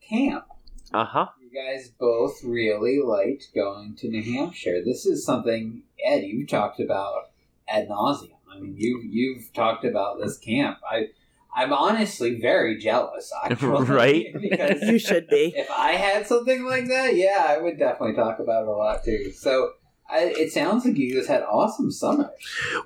camp. Uh huh. You guys both really liked going to New Hampshire. This is something Ed you talked about ad nauseum. I mean, you you've talked about this camp. I I'm honestly very jealous, actually, Right? because You should be. if I had something like that, yeah, I would definitely talk about it a lot too. So I, it sounds like you guys had awesome summers.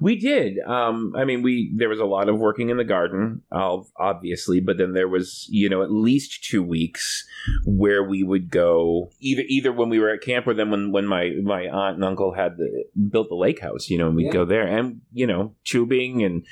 We did. Um, I mean, we there was a lot of working in the garden, ob- obviously, but then there was you know at least two weeks where we would go either either when we were at camp or then when when my my aunt and uncle had the, built the lake house, you know, and we'd Yeah. go there and you know tubing and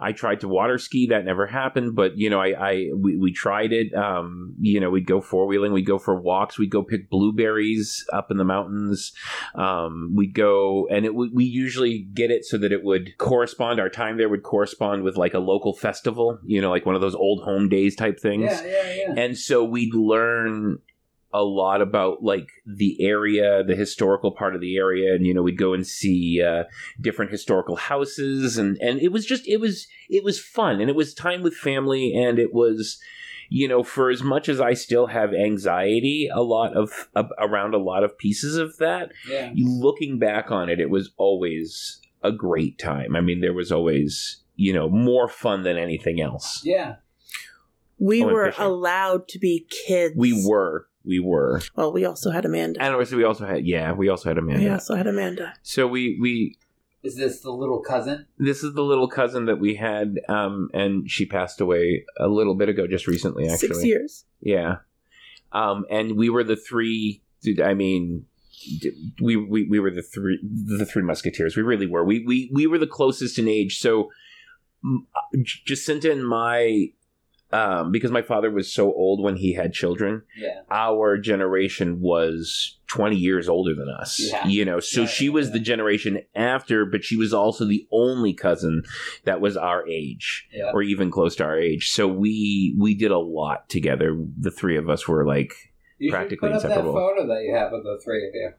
I tried to water ski that never happened, but you know I I we, we tried it. Um, you know we'd go four wheeling, we'd go for walks, we'd go pick blueberries up in the mountains um, we'd go and it would we usually get it so that it would correspond our time there would correspond with like a local festival you know like one of those old home days type things Yeah, yeah, yeah. and so we'd learn a lot about like the area the historical part of the area and you know we'd go and see uh, different historical houses and and it was just it was it was fun and it was time with family and it was you know for as much as i still have anxiety a lot of ab- around a lot of pieces of that yeah. looking back on it, it was always a great time. I mean, there was always you know more fun than anything else. Yeah. We Oh, and were fishing. allowed to be kids. We were, we were, Well, we also had Amanda. and obviously we also had yeah, we also had Amanda. We also had Amanda. So we we Is this the little cousin? this is the little cousin that we had, um, and she passed away a little bit ago, just recently actually. Six years. Yeah. Um, and we were the three. I mean, we, we we were the three the three musketeers. We really were. We we we were the closest in age. So m- uh, Jacinta and my, um, because my father was so old when he had children, Yeah. our generation was 20 years older than us Yeah. you know so Yeah, she yeah, was yeah. the generation after but she was also the only cousin that was our age Yeah. or even close to our age so we we did a lot together the three of us were like You Practically should put inseparable. up that photo that you have of the three of you.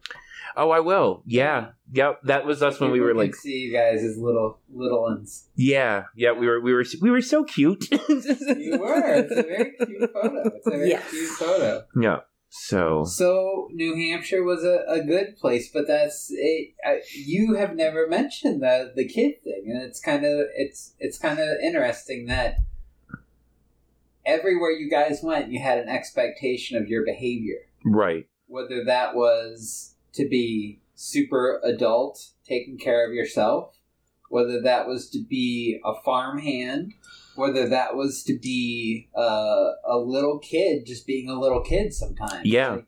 oh i will yeah yep that was us when we People were can like see you guys as little little ones. yeah yeah we were we were we were so cute You were. It's a very cute photo. It's a very Yes. cute photo. yeah so So New Hampshire was a, a good place, but that's it. I, you have never mentioned the the kid thing, and it's kind of it's it's kind of interesting that everywhere you guys went, you had an expectation of your behavior, right whether that was to be super adult, taking care of yourself, whether that was to be a farmhand, whether that was to be uh, a little kid, just being a little kid sometimes. Yeah. Like,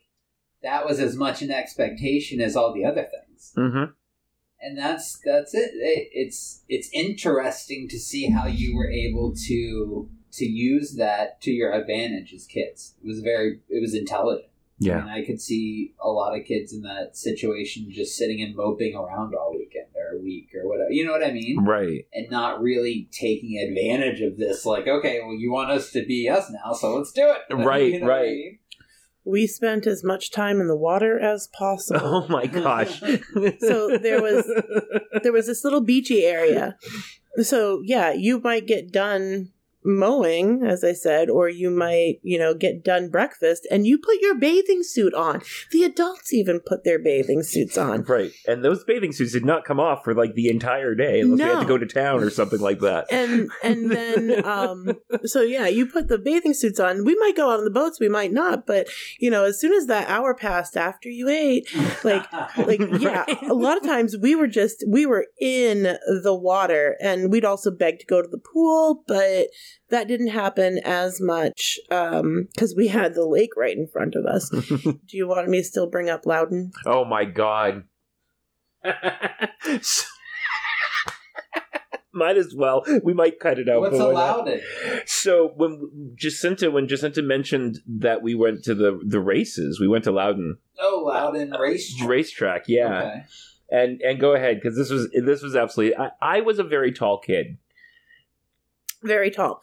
that was as much an expectation as all the other things. mm-hmm And that's that's it. it. It's it's interesting to see how you were able to to use that to your advantage as kids. It was very it was intelligent. yeah And I could see a lot of kids in that situation just sitting and moping around all weekend or a week or whatever. You know what I mean? right And not really taking advantage of this. Like, okay, well, you want us to be us now, so let's do it. Right, You know what I right. mean? We spent as much time in the water as possible. oh my gosh So there was- there was this little beachy area. So yeah, you might get done mowing, as I said, or you might, you know, get done breakfast and you put your bathing suit on. The adults even put their bathing suits on. Right. And those bathing suits did not come off for like the entire day unless we had to No. go to town or something like that. And and then um so yeah, you put the bathing suits on. We might go out on the boats, we might not, but you know, as soon as that hour passed after you ate, like like yeah a lot of times we were just we were in the water and we'd also beg to go to the pool but that didn't happen as much um because we had the lake right in front of us do you want me to still bring up loudon oh my god. Might as well. We might cut it out. What's but why not? allowed it? So when Jacinta, when Jacinta mentioned that we went to the the races, we went to Loudon Oh, Loudon race. racetrack. Yeah, Okay. and and go ahead because this was this was absolutely. I, I was a very tall kid, very tall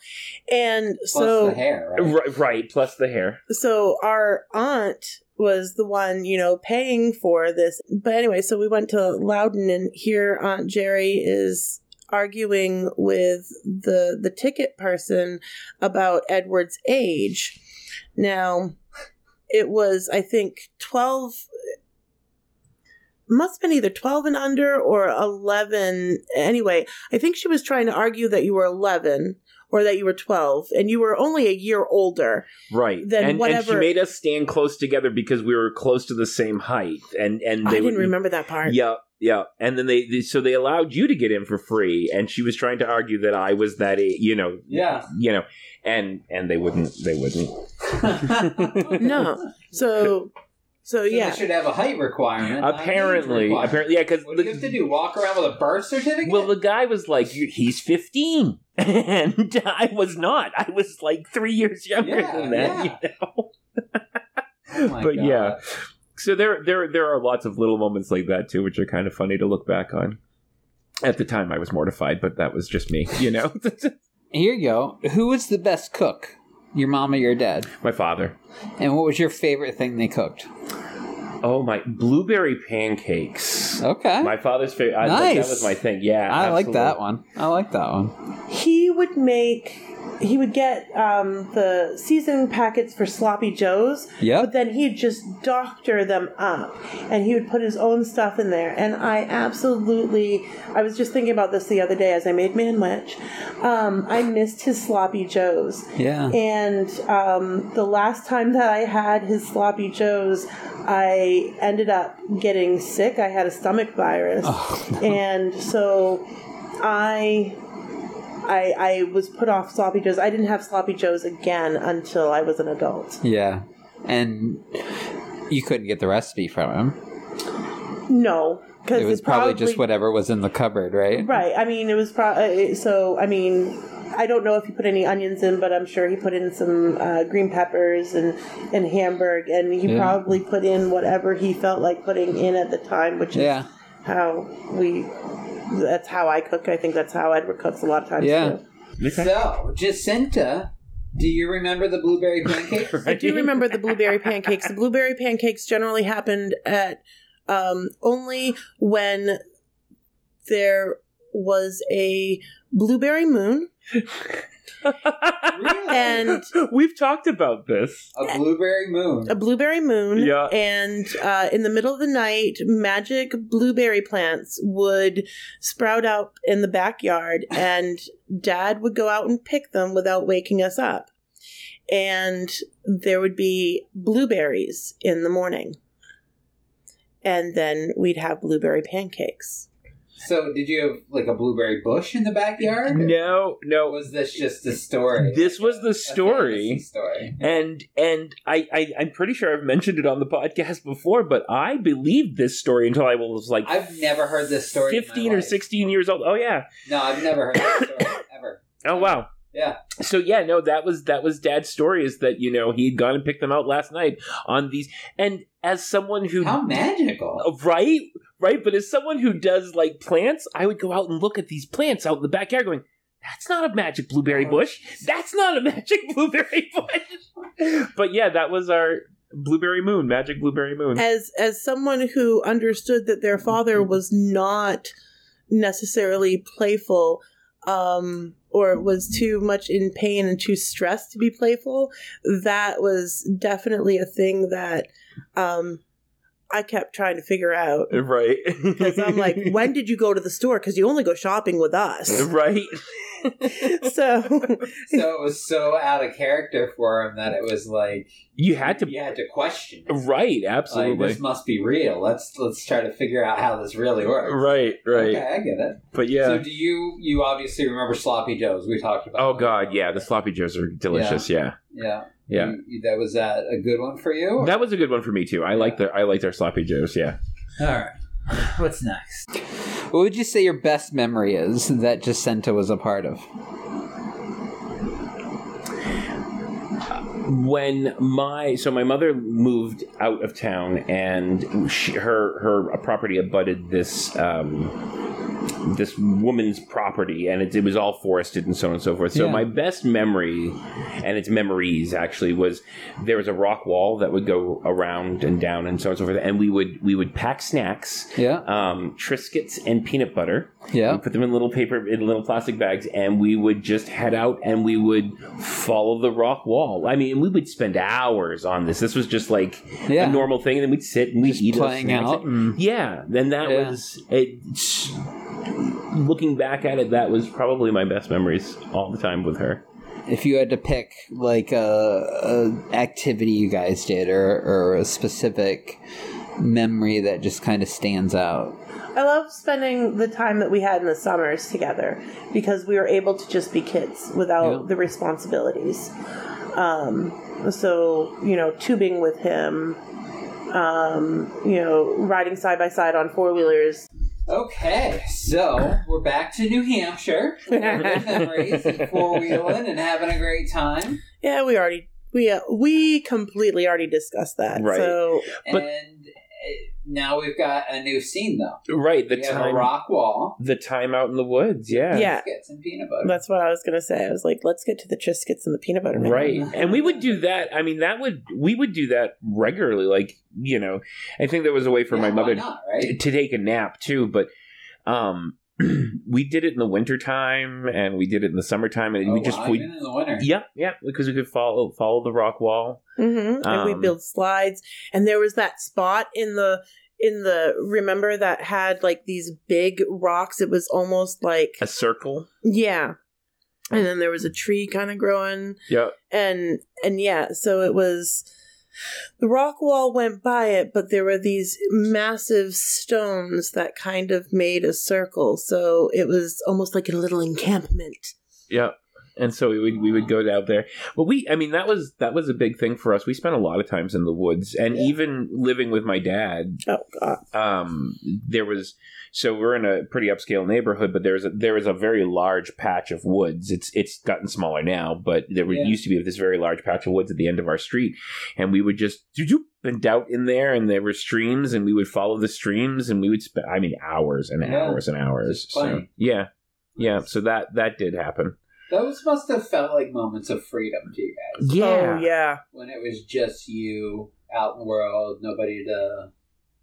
and Plus so the hair, right? right? right plus the hair. so our aunt was the one you know paying for this but anyway so we went to loudon and here aunt jerry is arguing with the the ticket person about edward's age now it was i think 12 must have been either 12 and under or 11 anyway i think she was trying to argue that you were 11 or that you were 12 and you were only a year older Right. then and, and she whatever- made us stand close together because we were close to the same height. And and I they didn't would- remember that part. Yeah, yeah. And then they, they so they allowed you to get in for free, and she was trying to argue that I was that age, you know, Yeah. you know, and and they wouldn't, they wouldn't. No. So, so So yeah. They should have a height requirement. not an age apparently, requirement. apparently, yeah, because What do you have to do? Walk around with a birth certificate? well, the guy was like, "You- he's fifteen, and I was not. I was like three years younger Yeah, than that. yeah. You know? Oh my but God. yeah. So there, there, there are lots of little moments like that too, which are kind of funny to look back on. At the time, I was mortified, but that was just me, you know. Here you go. Who was the best cook? Your mom or your dad? My father. And what was your favorite thing they cooked? Oh my blueberry pancakes. Okay. My father's favorite. I, Nice. That was my thing. Yeah, I like absolutely. that one. I like that one. He would make he would get um, the season packets for sloppy joes Yep. but then he'd just doctor them up and he would put his own stuff in there and i absolutely i was just thinking about this the other day as i made man lunch um, i missed his sloppy joes Yeah. and um, the last time that I had his sloppy joes, I ended up getting sick. I had a stomach virus, and so I. I, I was put off sloppy joes. I didn't have sloppy joes again until I was an adult. Yeah. And you couldn't get the recipe from him. No, because It was probably, just whatever was in the cupboard, right? Right. I mean, it was probably so. I mean, I don't know if he put any onions in, but I'm sure he put in some uh, green peppers and and Hamburg, and he Yeah. probably put in whatever he felt like putting in at the time, which is Yeah. how we. That's how I cook. I think that's how Edward cooks a lot of times. Yeah. too. So, Jacinta, do you remember the blueberry pancakes? I do remember the blueberry pancakes. The blueberry pancakes generally happened at um, only when there was a blueberry moon really? and We've talked about this. a blueberry moon. a blueberry moon Yeah. and uh, in the middle of the night magic blueberry plants would sprout out in the backyard and dad would go out and pick them without waking us up and there would be blueberries in the morning and then we'd have blueberry pancakes So, did you have like a blueberry bush in the backyard? No, Or no. was this just a story? This was the A story. fantasy story. And and I, I I'm pretty sure I've mentioned it on the podcast before, but I believed this story until I was like I've never heard this story. in my 15 or life. 16 years old. Oh yeah. No, I've never heard this story ever. Oh wow. Yeah. So yeah, no, that was that was dad's story is that, you know, he had gone and picked them out last night on these and as someone who How magical! right? Right, but as someone who does like plants, I would go out and look at these plants out in the backyard going, that's not a magic Oh, blueberry bush. That's not a magic blueberry bush. but yeah, that was our blueberry moon, magic blueberry moon. as as someone who understood that their father was not necessarily playful um or was too much in pain and too stressed to be playful that was definitely a thing that um i kept trying to figure out Right. because i'm like when did you go to the store because you only go shopping with us Right. so So it was so out of character for him that it was like You had to you had to question. it. Right, Like absolutely. this must be real. Let's let's try to figure out how this really works. Right, right. Okay, I get it. But yeah. So do you you obviously remember sloppy joes? We talked about. oh god, yeah, the sloppy joes are delicious, yeah. Yeah. Yeah. You- you- that was that a good one for you? That was a good one for me too. I like their I liked their sloppy joes, yeah. All right. What's next? What would you say your best memory is that Jacinta was a part of? when my so my mother moved out of town and she, her her property abutted this um this woman's property and it, it was all forested and so on and so forth so Yeah. my best memory and its memories actually was there was a rock wall that would go around and down and so on and so forth and we would we would pack snacks Yeah. um triscuits and peanut butter Yeah. we put them in little paper, in little plastic bags, and we would just head out and we would follow the rock wall. I mean, we would spend hours on this. This was just like Yeah. a normal thing, and then we'd sit and we'd eat those Playing snacks. out. and- Yeah, then that Yeah. was it. Looking back at it, that was probably my best memories all the time with her. If you had to pick like a, a activity you guys did or, or a specific memory that just kind of stands out. I love spending the time that we had in the summers together because we were able to just be kids without Yeah. the responsibilities. Um, so, you know, tubing with him, um, you know, riding side by side on four wheelers. Okay, so we're back to New Hampshire. Good memories and four wheeling and having a great time. yeah we already we uh, we completely already discussed that Right. so But- and uh, now we've got a new scene though. Right, the we have a time, rock wall. the time out in the woods. Yeah, yeah Biscuits and peanut butter. That's what I was gonna say. I was like, let's get to the Triscuits and the peanut butter. man. Right. And we would do that. I mean, that would, we would do that regularly. Like, you know, I think there was a way for Yeah, my why mother not, to right? to take a nap too but um we did it in the wintertime and we did it in the summertime and Oh, we just wow, we even in the winter. yeah yeah because we could follow follow the rock wall Mm-hmm. and we Um, build slides. And there was that spot in the in the remember that had like these big rocks. It was almost like a circle yeah. And then there was a tree kind of growing, yeah and and yeah, so it was. The rock wall went by it, but there were these massive stones that kind of made a circle. So it was almost like a little encampment. yeah and so we would we would go down there but we i mean that was that was a big thing for us we spent a lot of times in the woods and even living with my dad Oh God! um there was so we're in a pretty upscale neighborhood but there's a there is a very large patch of woods it's it's gotten smaller now but there were- Yeah. used to be this very large patch of woods at the end of our street and we would just doo-doo, and out in there and there were streams and we would follow the streams and we would spend i mean hours and Yeah. hours and hours Just so playing. yeah yeah so that that did happen Those must have felt like moments of freedom to you guys Oh yeah! when it was just you out in the world, nobody to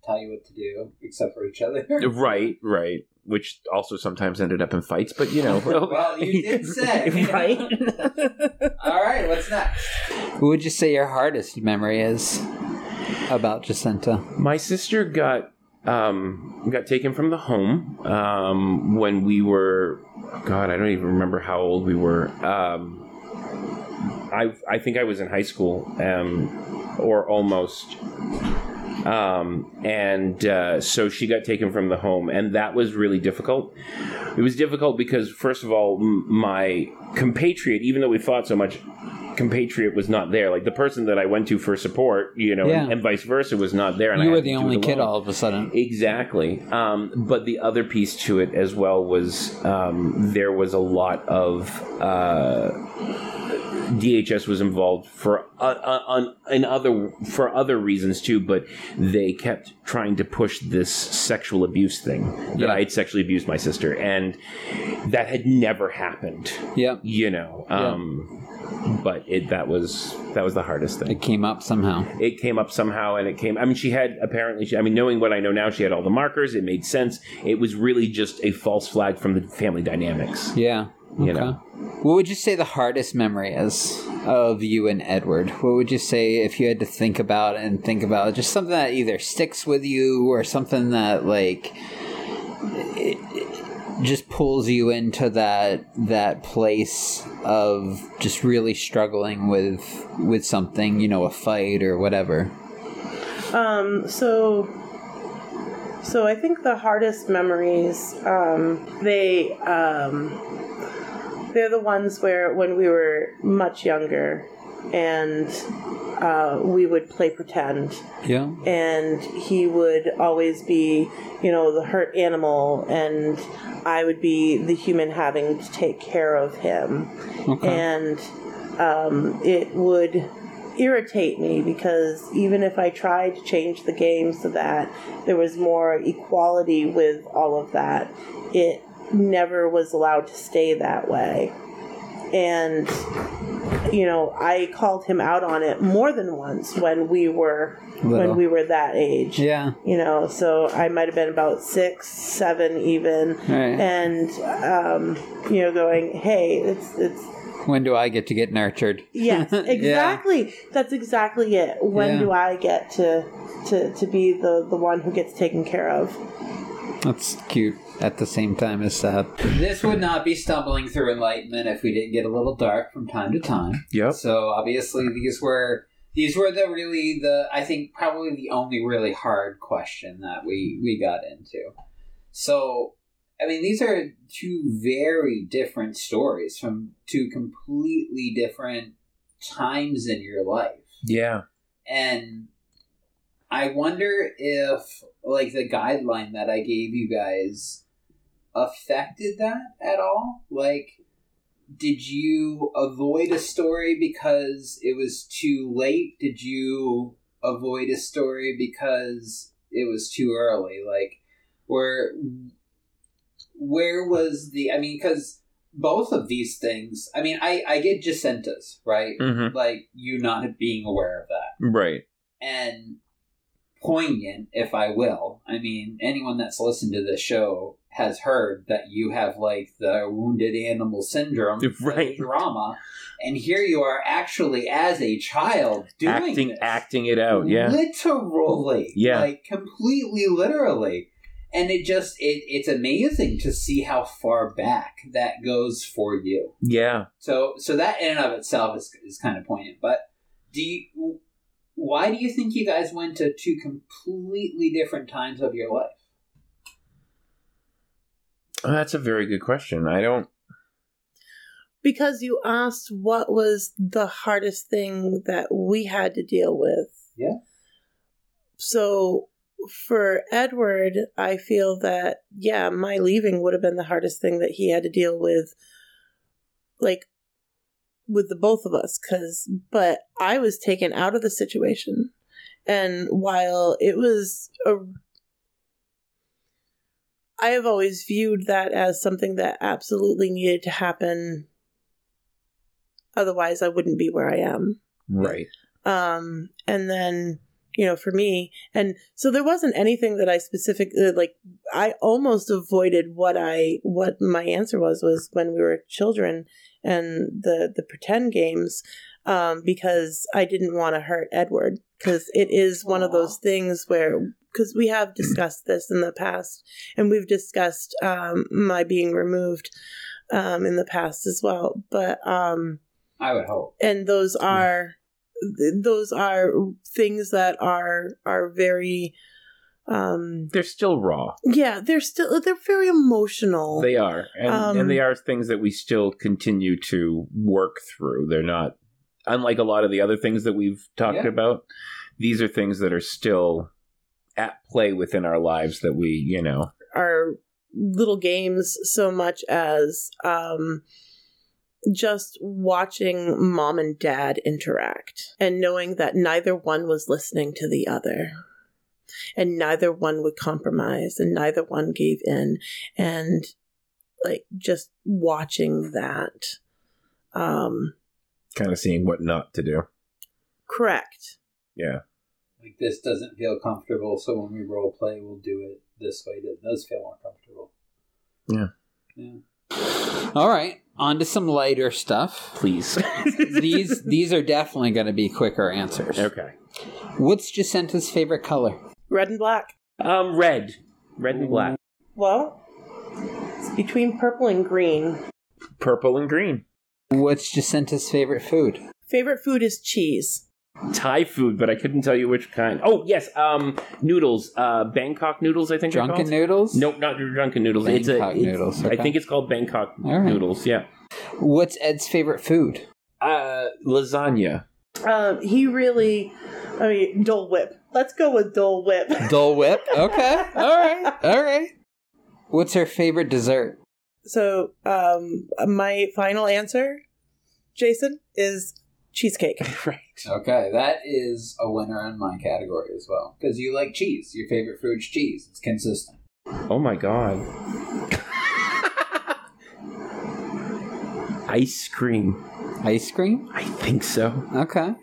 tell you what to do except for each other. Uh, right right which also sometimes ended up in fights but you know well, you did say right Oh, All right, what's next? What would you say your hardest memory is about Jacinta? My sister got um, got taken from the home um, when we were, God, I don't even remember how old we were. Um, I I think I was in high school um, or almost. Um, and uh, so she got taken from the home, and that was really difficult. It was difficult because, first of all, m- my compatriot, even though we fought so much, compatriot was not there. Like the person that I went to for support, you know, Yeah. and, and vice versa was not there. And I You had were to the do only it kid alone. all of a sudden. Exactly. Um, but the other piece to it as well was um, there was a lot of uh, DHS was involved for uh, uh, on in other for other reasons too, but they kept trying to push this sexual abuse thing that Yeah. I had sexually abused my sister, and that had never happened. Yep, You know. Yeah. Um, But it that was that was the hardest thing it came up somehow. it came up somehow and it came i mean she had apparently she, i mean knowing what i know now she had all the markers it made sense it was really just a false flag from the family dynamics Yeah. You okay. know. What would you say the hardest memory is of you and Edward? What would you say if you had to think about it and think about it? just something that either sticks with you or something that like it- it just pulls you into that that place of just really struggling with with something, you know, a fight or whatever. Um, so, so I think the hardest memories, um, they, um, they're the ones where when we were much younger and uh, we would play pretend Yeah. and he would always be, you know, the hurt animal, and I would be the human having to take care of him. Uh-huh. And um, it would irritate me because even if I tried to change the game so that there was more equality with all of that, it never was allowed to stay that way. And you know, I called him out on it more than once when we were Little. when we were that age. Yeah. You know, so I might have been about six, seven, even, Right. and um, you know, going, "Hey, it's it's When do I get to get nurtured? yes, Yeah. exactly. That's exactly it. When Yeah. do I get to to to be the the one who gets taken care of?" That's cute at the same time as sad. This would not be stumbling through enlightenment if we didn't get a little dark from time to time. yep So obviously these were these were the really the I think probably the only really hard question that we we got into. So I mean these are two very different stories from two completely different times in your life. yeah And I wonder if, like, the guideline that I gave you guys affected that at all. Like, did you avoid a story because it was too late? Did you avoid a story because it was too early? Like, where where was the? I mean, because both of these things. I mean, I I get Jacinta's right, hmm like you not being aware of that right and poignant, if I will. I mean, anyone that's listened to this show has heard that you have like the wounded animal syndrome for the Right. drama, and here you are actually as a child doing acting this. acting it out. Yeah, literally, Yeah. like completely literally, and it just it it's amazing to see how far back that goes for you. yeah. So so that in and of itself is is kind of poignant. But do you why do you think you guys went to two completely different times of your life? Oh, that's a very good question. I don't. Because you asked what was the hardest thing that we had to deal with. Yeah. So for Edward, I feel that, yeah, my leaving would have been the hardest thing that he had to deal with, like with the both of us, because, but I was taken out of the situation. And while it was a I have always viewed that as something that absolutely needed to happen. Otherwise, I wouldn't be where I am. Right. Um, and then, you know, for me, and so there wasn't anything that I specifically like. I almost avoided what I what my answer was was when we were children and the the pretend games, um, because I didn't want to hurt Edward because it is one of Aw. those things where because we have discussed this in the past and we've discussed um, my being removed um, in the past as well, but um I would hope. and those are th- those are things that are are very um They're still raw. yeah they're still they're very emotional They are, and, Um, and they are things that we still continue to work through. They're not unlike a lot of the other things that we've talked Yeah. about. These are things that are still at play within our lives that we, you know, are little games so much as um just watching mom and dad interact and knowing that neither one was listening to the other and neither one would compromise and neither one gave in and like just watching that um kind of seeing what not to do. correct Yeah. Like this doesn't feel comfortable, so when we role play, we'll do it this way that does feel more comfortable. Yeah. Yeah. All right, on to some lighter stuff. Please. these these are definitely going to be quicker answers. Okay. What's Jacinta's favorite color? red and black Um, red, red and black, Well, it's between purple and green. purple and green. What's Jacinta's favorite food? favorite food is cheese Thai food, but I couldn't tell you which kind. Oh yes, um, noodles. Uh, Bangkok noodles. I think they're Drunken called. noodles? Nope, not drunken noodles. it's a, Bangkok it's- noodles, I okay. think it's called Bangkok All right. noodles. Yeah. What's Ed's favorite food? Uh, lasagna. Um, he really, I mean, Dole Whip. Let's go with Dole Whip. Dole Whip. Okay. All right. All right. What's her favorite dessert? So, um, my final answer, Jason, is cheesecake. right. Okay, that is a winner in my category as well. Because you like cheese. Your favorite food's cheese. It's consistent. Oh my god. Ice cream. Ice cream? I think so. Okay.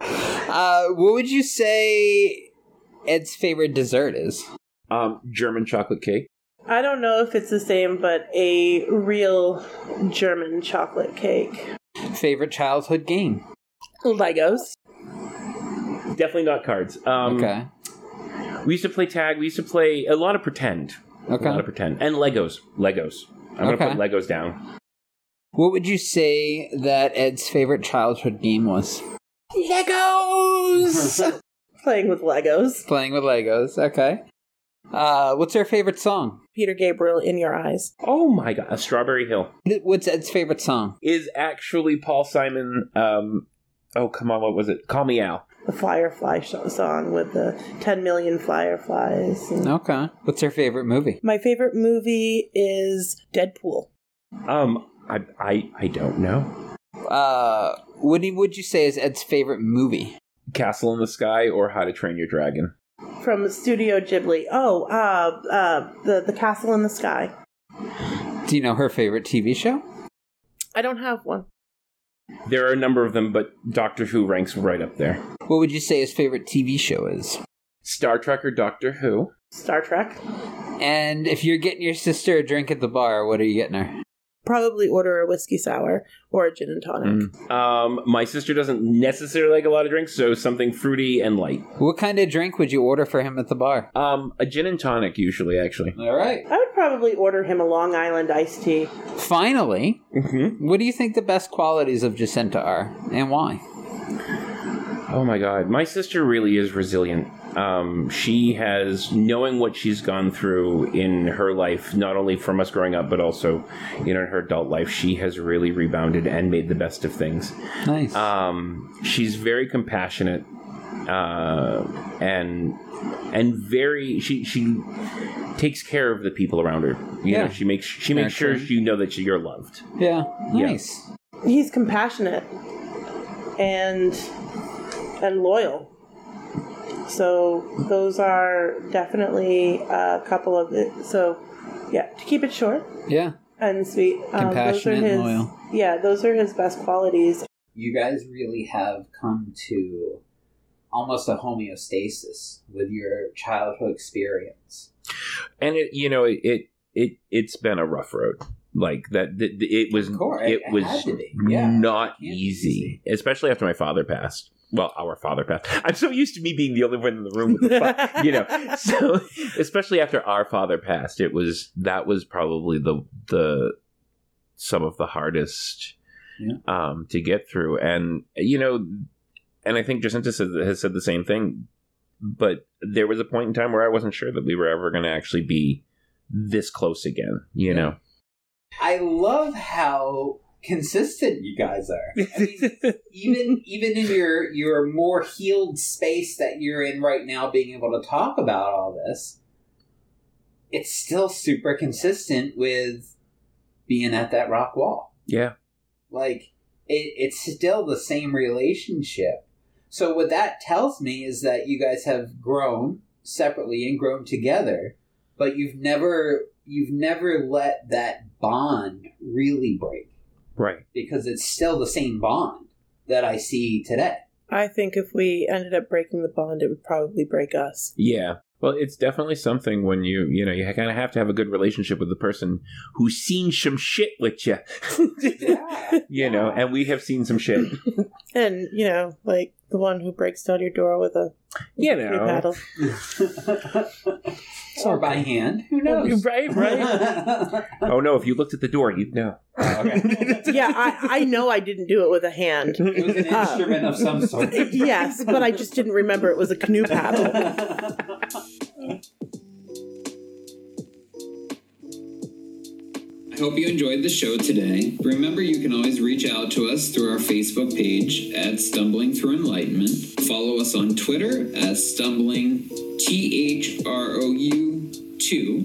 Uh, what would you say Ed's favorite dessert is? Um, German chocolate cake. I don't know if it's the same, but a real German chocolate cake. Favorite childhood game? Legos. Definitely not cards. Um, okay. We used to play tag. We used to play a lot of pretend. A lot Okay. of pretend and Legos. Legos. I'm Okay. gonna put Legos down. What would you say that Ed's favorite childhood game was? Legos! Playing with Legos. Playing with Legos. Okay. Uh, what's her favorite song? Peter Gabriel in your eyes. Oh my god! Strawberry Hill Th- What's Ed's favorite song? is actually Paul Simon. Um, oh come on, what was it? Call me Al. The Firefly sh- song with the 10 million fireflies. and- Okay. What's her favorite movie? My favorite movie is Deadpool. Um, I I I don't know. Uh, what do- would you say is Ed's favorite movie? Castle in the Sky or How to Train Your Dragon. From Studio Ghibli. Oh, uh, uh, the, the Castle in the Sky. Do you know her favorite TV show? I don't have one. There are a number of them, but Doctor Who ranks right up there. What would you say his favorite TV show is? Star Trek or Doctor Who? Star Trek. And if you're getting your sister a drink at the bar, what are you getting her? Probably order a whiskey sour or a gin and tonic. Mm. Um, my sister doesn't necessarily like a lot of drinks, so something fruity and light. What kind of drink would you order for him at the bar? Um, a gin and tonic usually, actually. All right. I would probably order him a Long Island iced tea. Finally, Mm-hmm. what do you think the best qualities of Jacinta are and why? Oh my god, my sister really is resilient. Um, she has knowing what she's gone through in her life, not only from us growing up, but also, you know, in her adult life. She has really rebounded and made the best of things. Nice. Uh, Um, she's very compassionate, uh, and and very she she takes care of the people around her. You Yeah. know, she makes she makes sure Excellent. you know that you're loved. yeah. yeah. Nice. He's compassionate and and loyal. So those are definitely a couple of the, so yeah, to keep it short Yeah. and sweet. Um, those are Compassionate and his loyal. yeah, those are his best qualities. You guys really have come to almost a homeostasis with your childhood experience. And it, you know, it, it it it's been a rough road. Like that, th- th- it was Of course, Mm, it, it had was to be. Yeah, not it can't be easy, especially after my father passed. Well, our father passed. I'm so used to me being the only one in the room with the father. you know so especially after our father passed it was that was probably the the some of the hardest Yeah. um to get through and you know and i think jacinta said, has said the same thing but there was a point in time where i wasn't sure that we were ever going to actually be this close again you know I love how consistent you guys are. I mean, even even in your your more healed space that you're in right now, being able to talk about all this, it's still super consistent with being at that rock wall. yeah Like it, it's still the same relationship. So what that tells me is that you guys have grown separately and grown together, but you've never you've never let that bond really break right because it's still the same bond that I see today. I think if we ended up breaking the bond, it would probably break us. yeah well it's definitely something when you you know you kind of have to have a good relationship with the person who's seen some shit with you you know and we have seen some shit And, you know, like the one who breaks down your door with a you with know. paddle. or by hand, who knows? Right, right. oh no, if you looked at the door, you'd know. okay. Yeah, I, I know I didn't do it with a hand. It was an Uh, instrument of some sort. yes, but I just didn't remember it was a canoe paddle. I hope you enjoyed the show today. Remember, you can always reach out to us through our Facebook page at Stumbling Through Enlightenment. Follow us on Twitter at Stumbling T H R O U 2.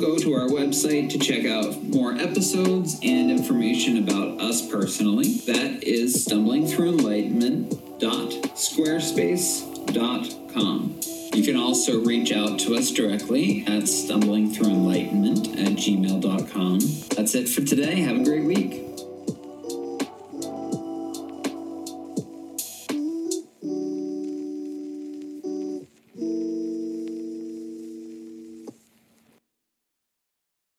Go to our website to check out more episodes and information about us personally. That is stumblingthroughenlightenment.squarespace.com. You can also reach out to us directly at stumblingthroughenlightenment at gmail.com. That's it for today. Have a great week.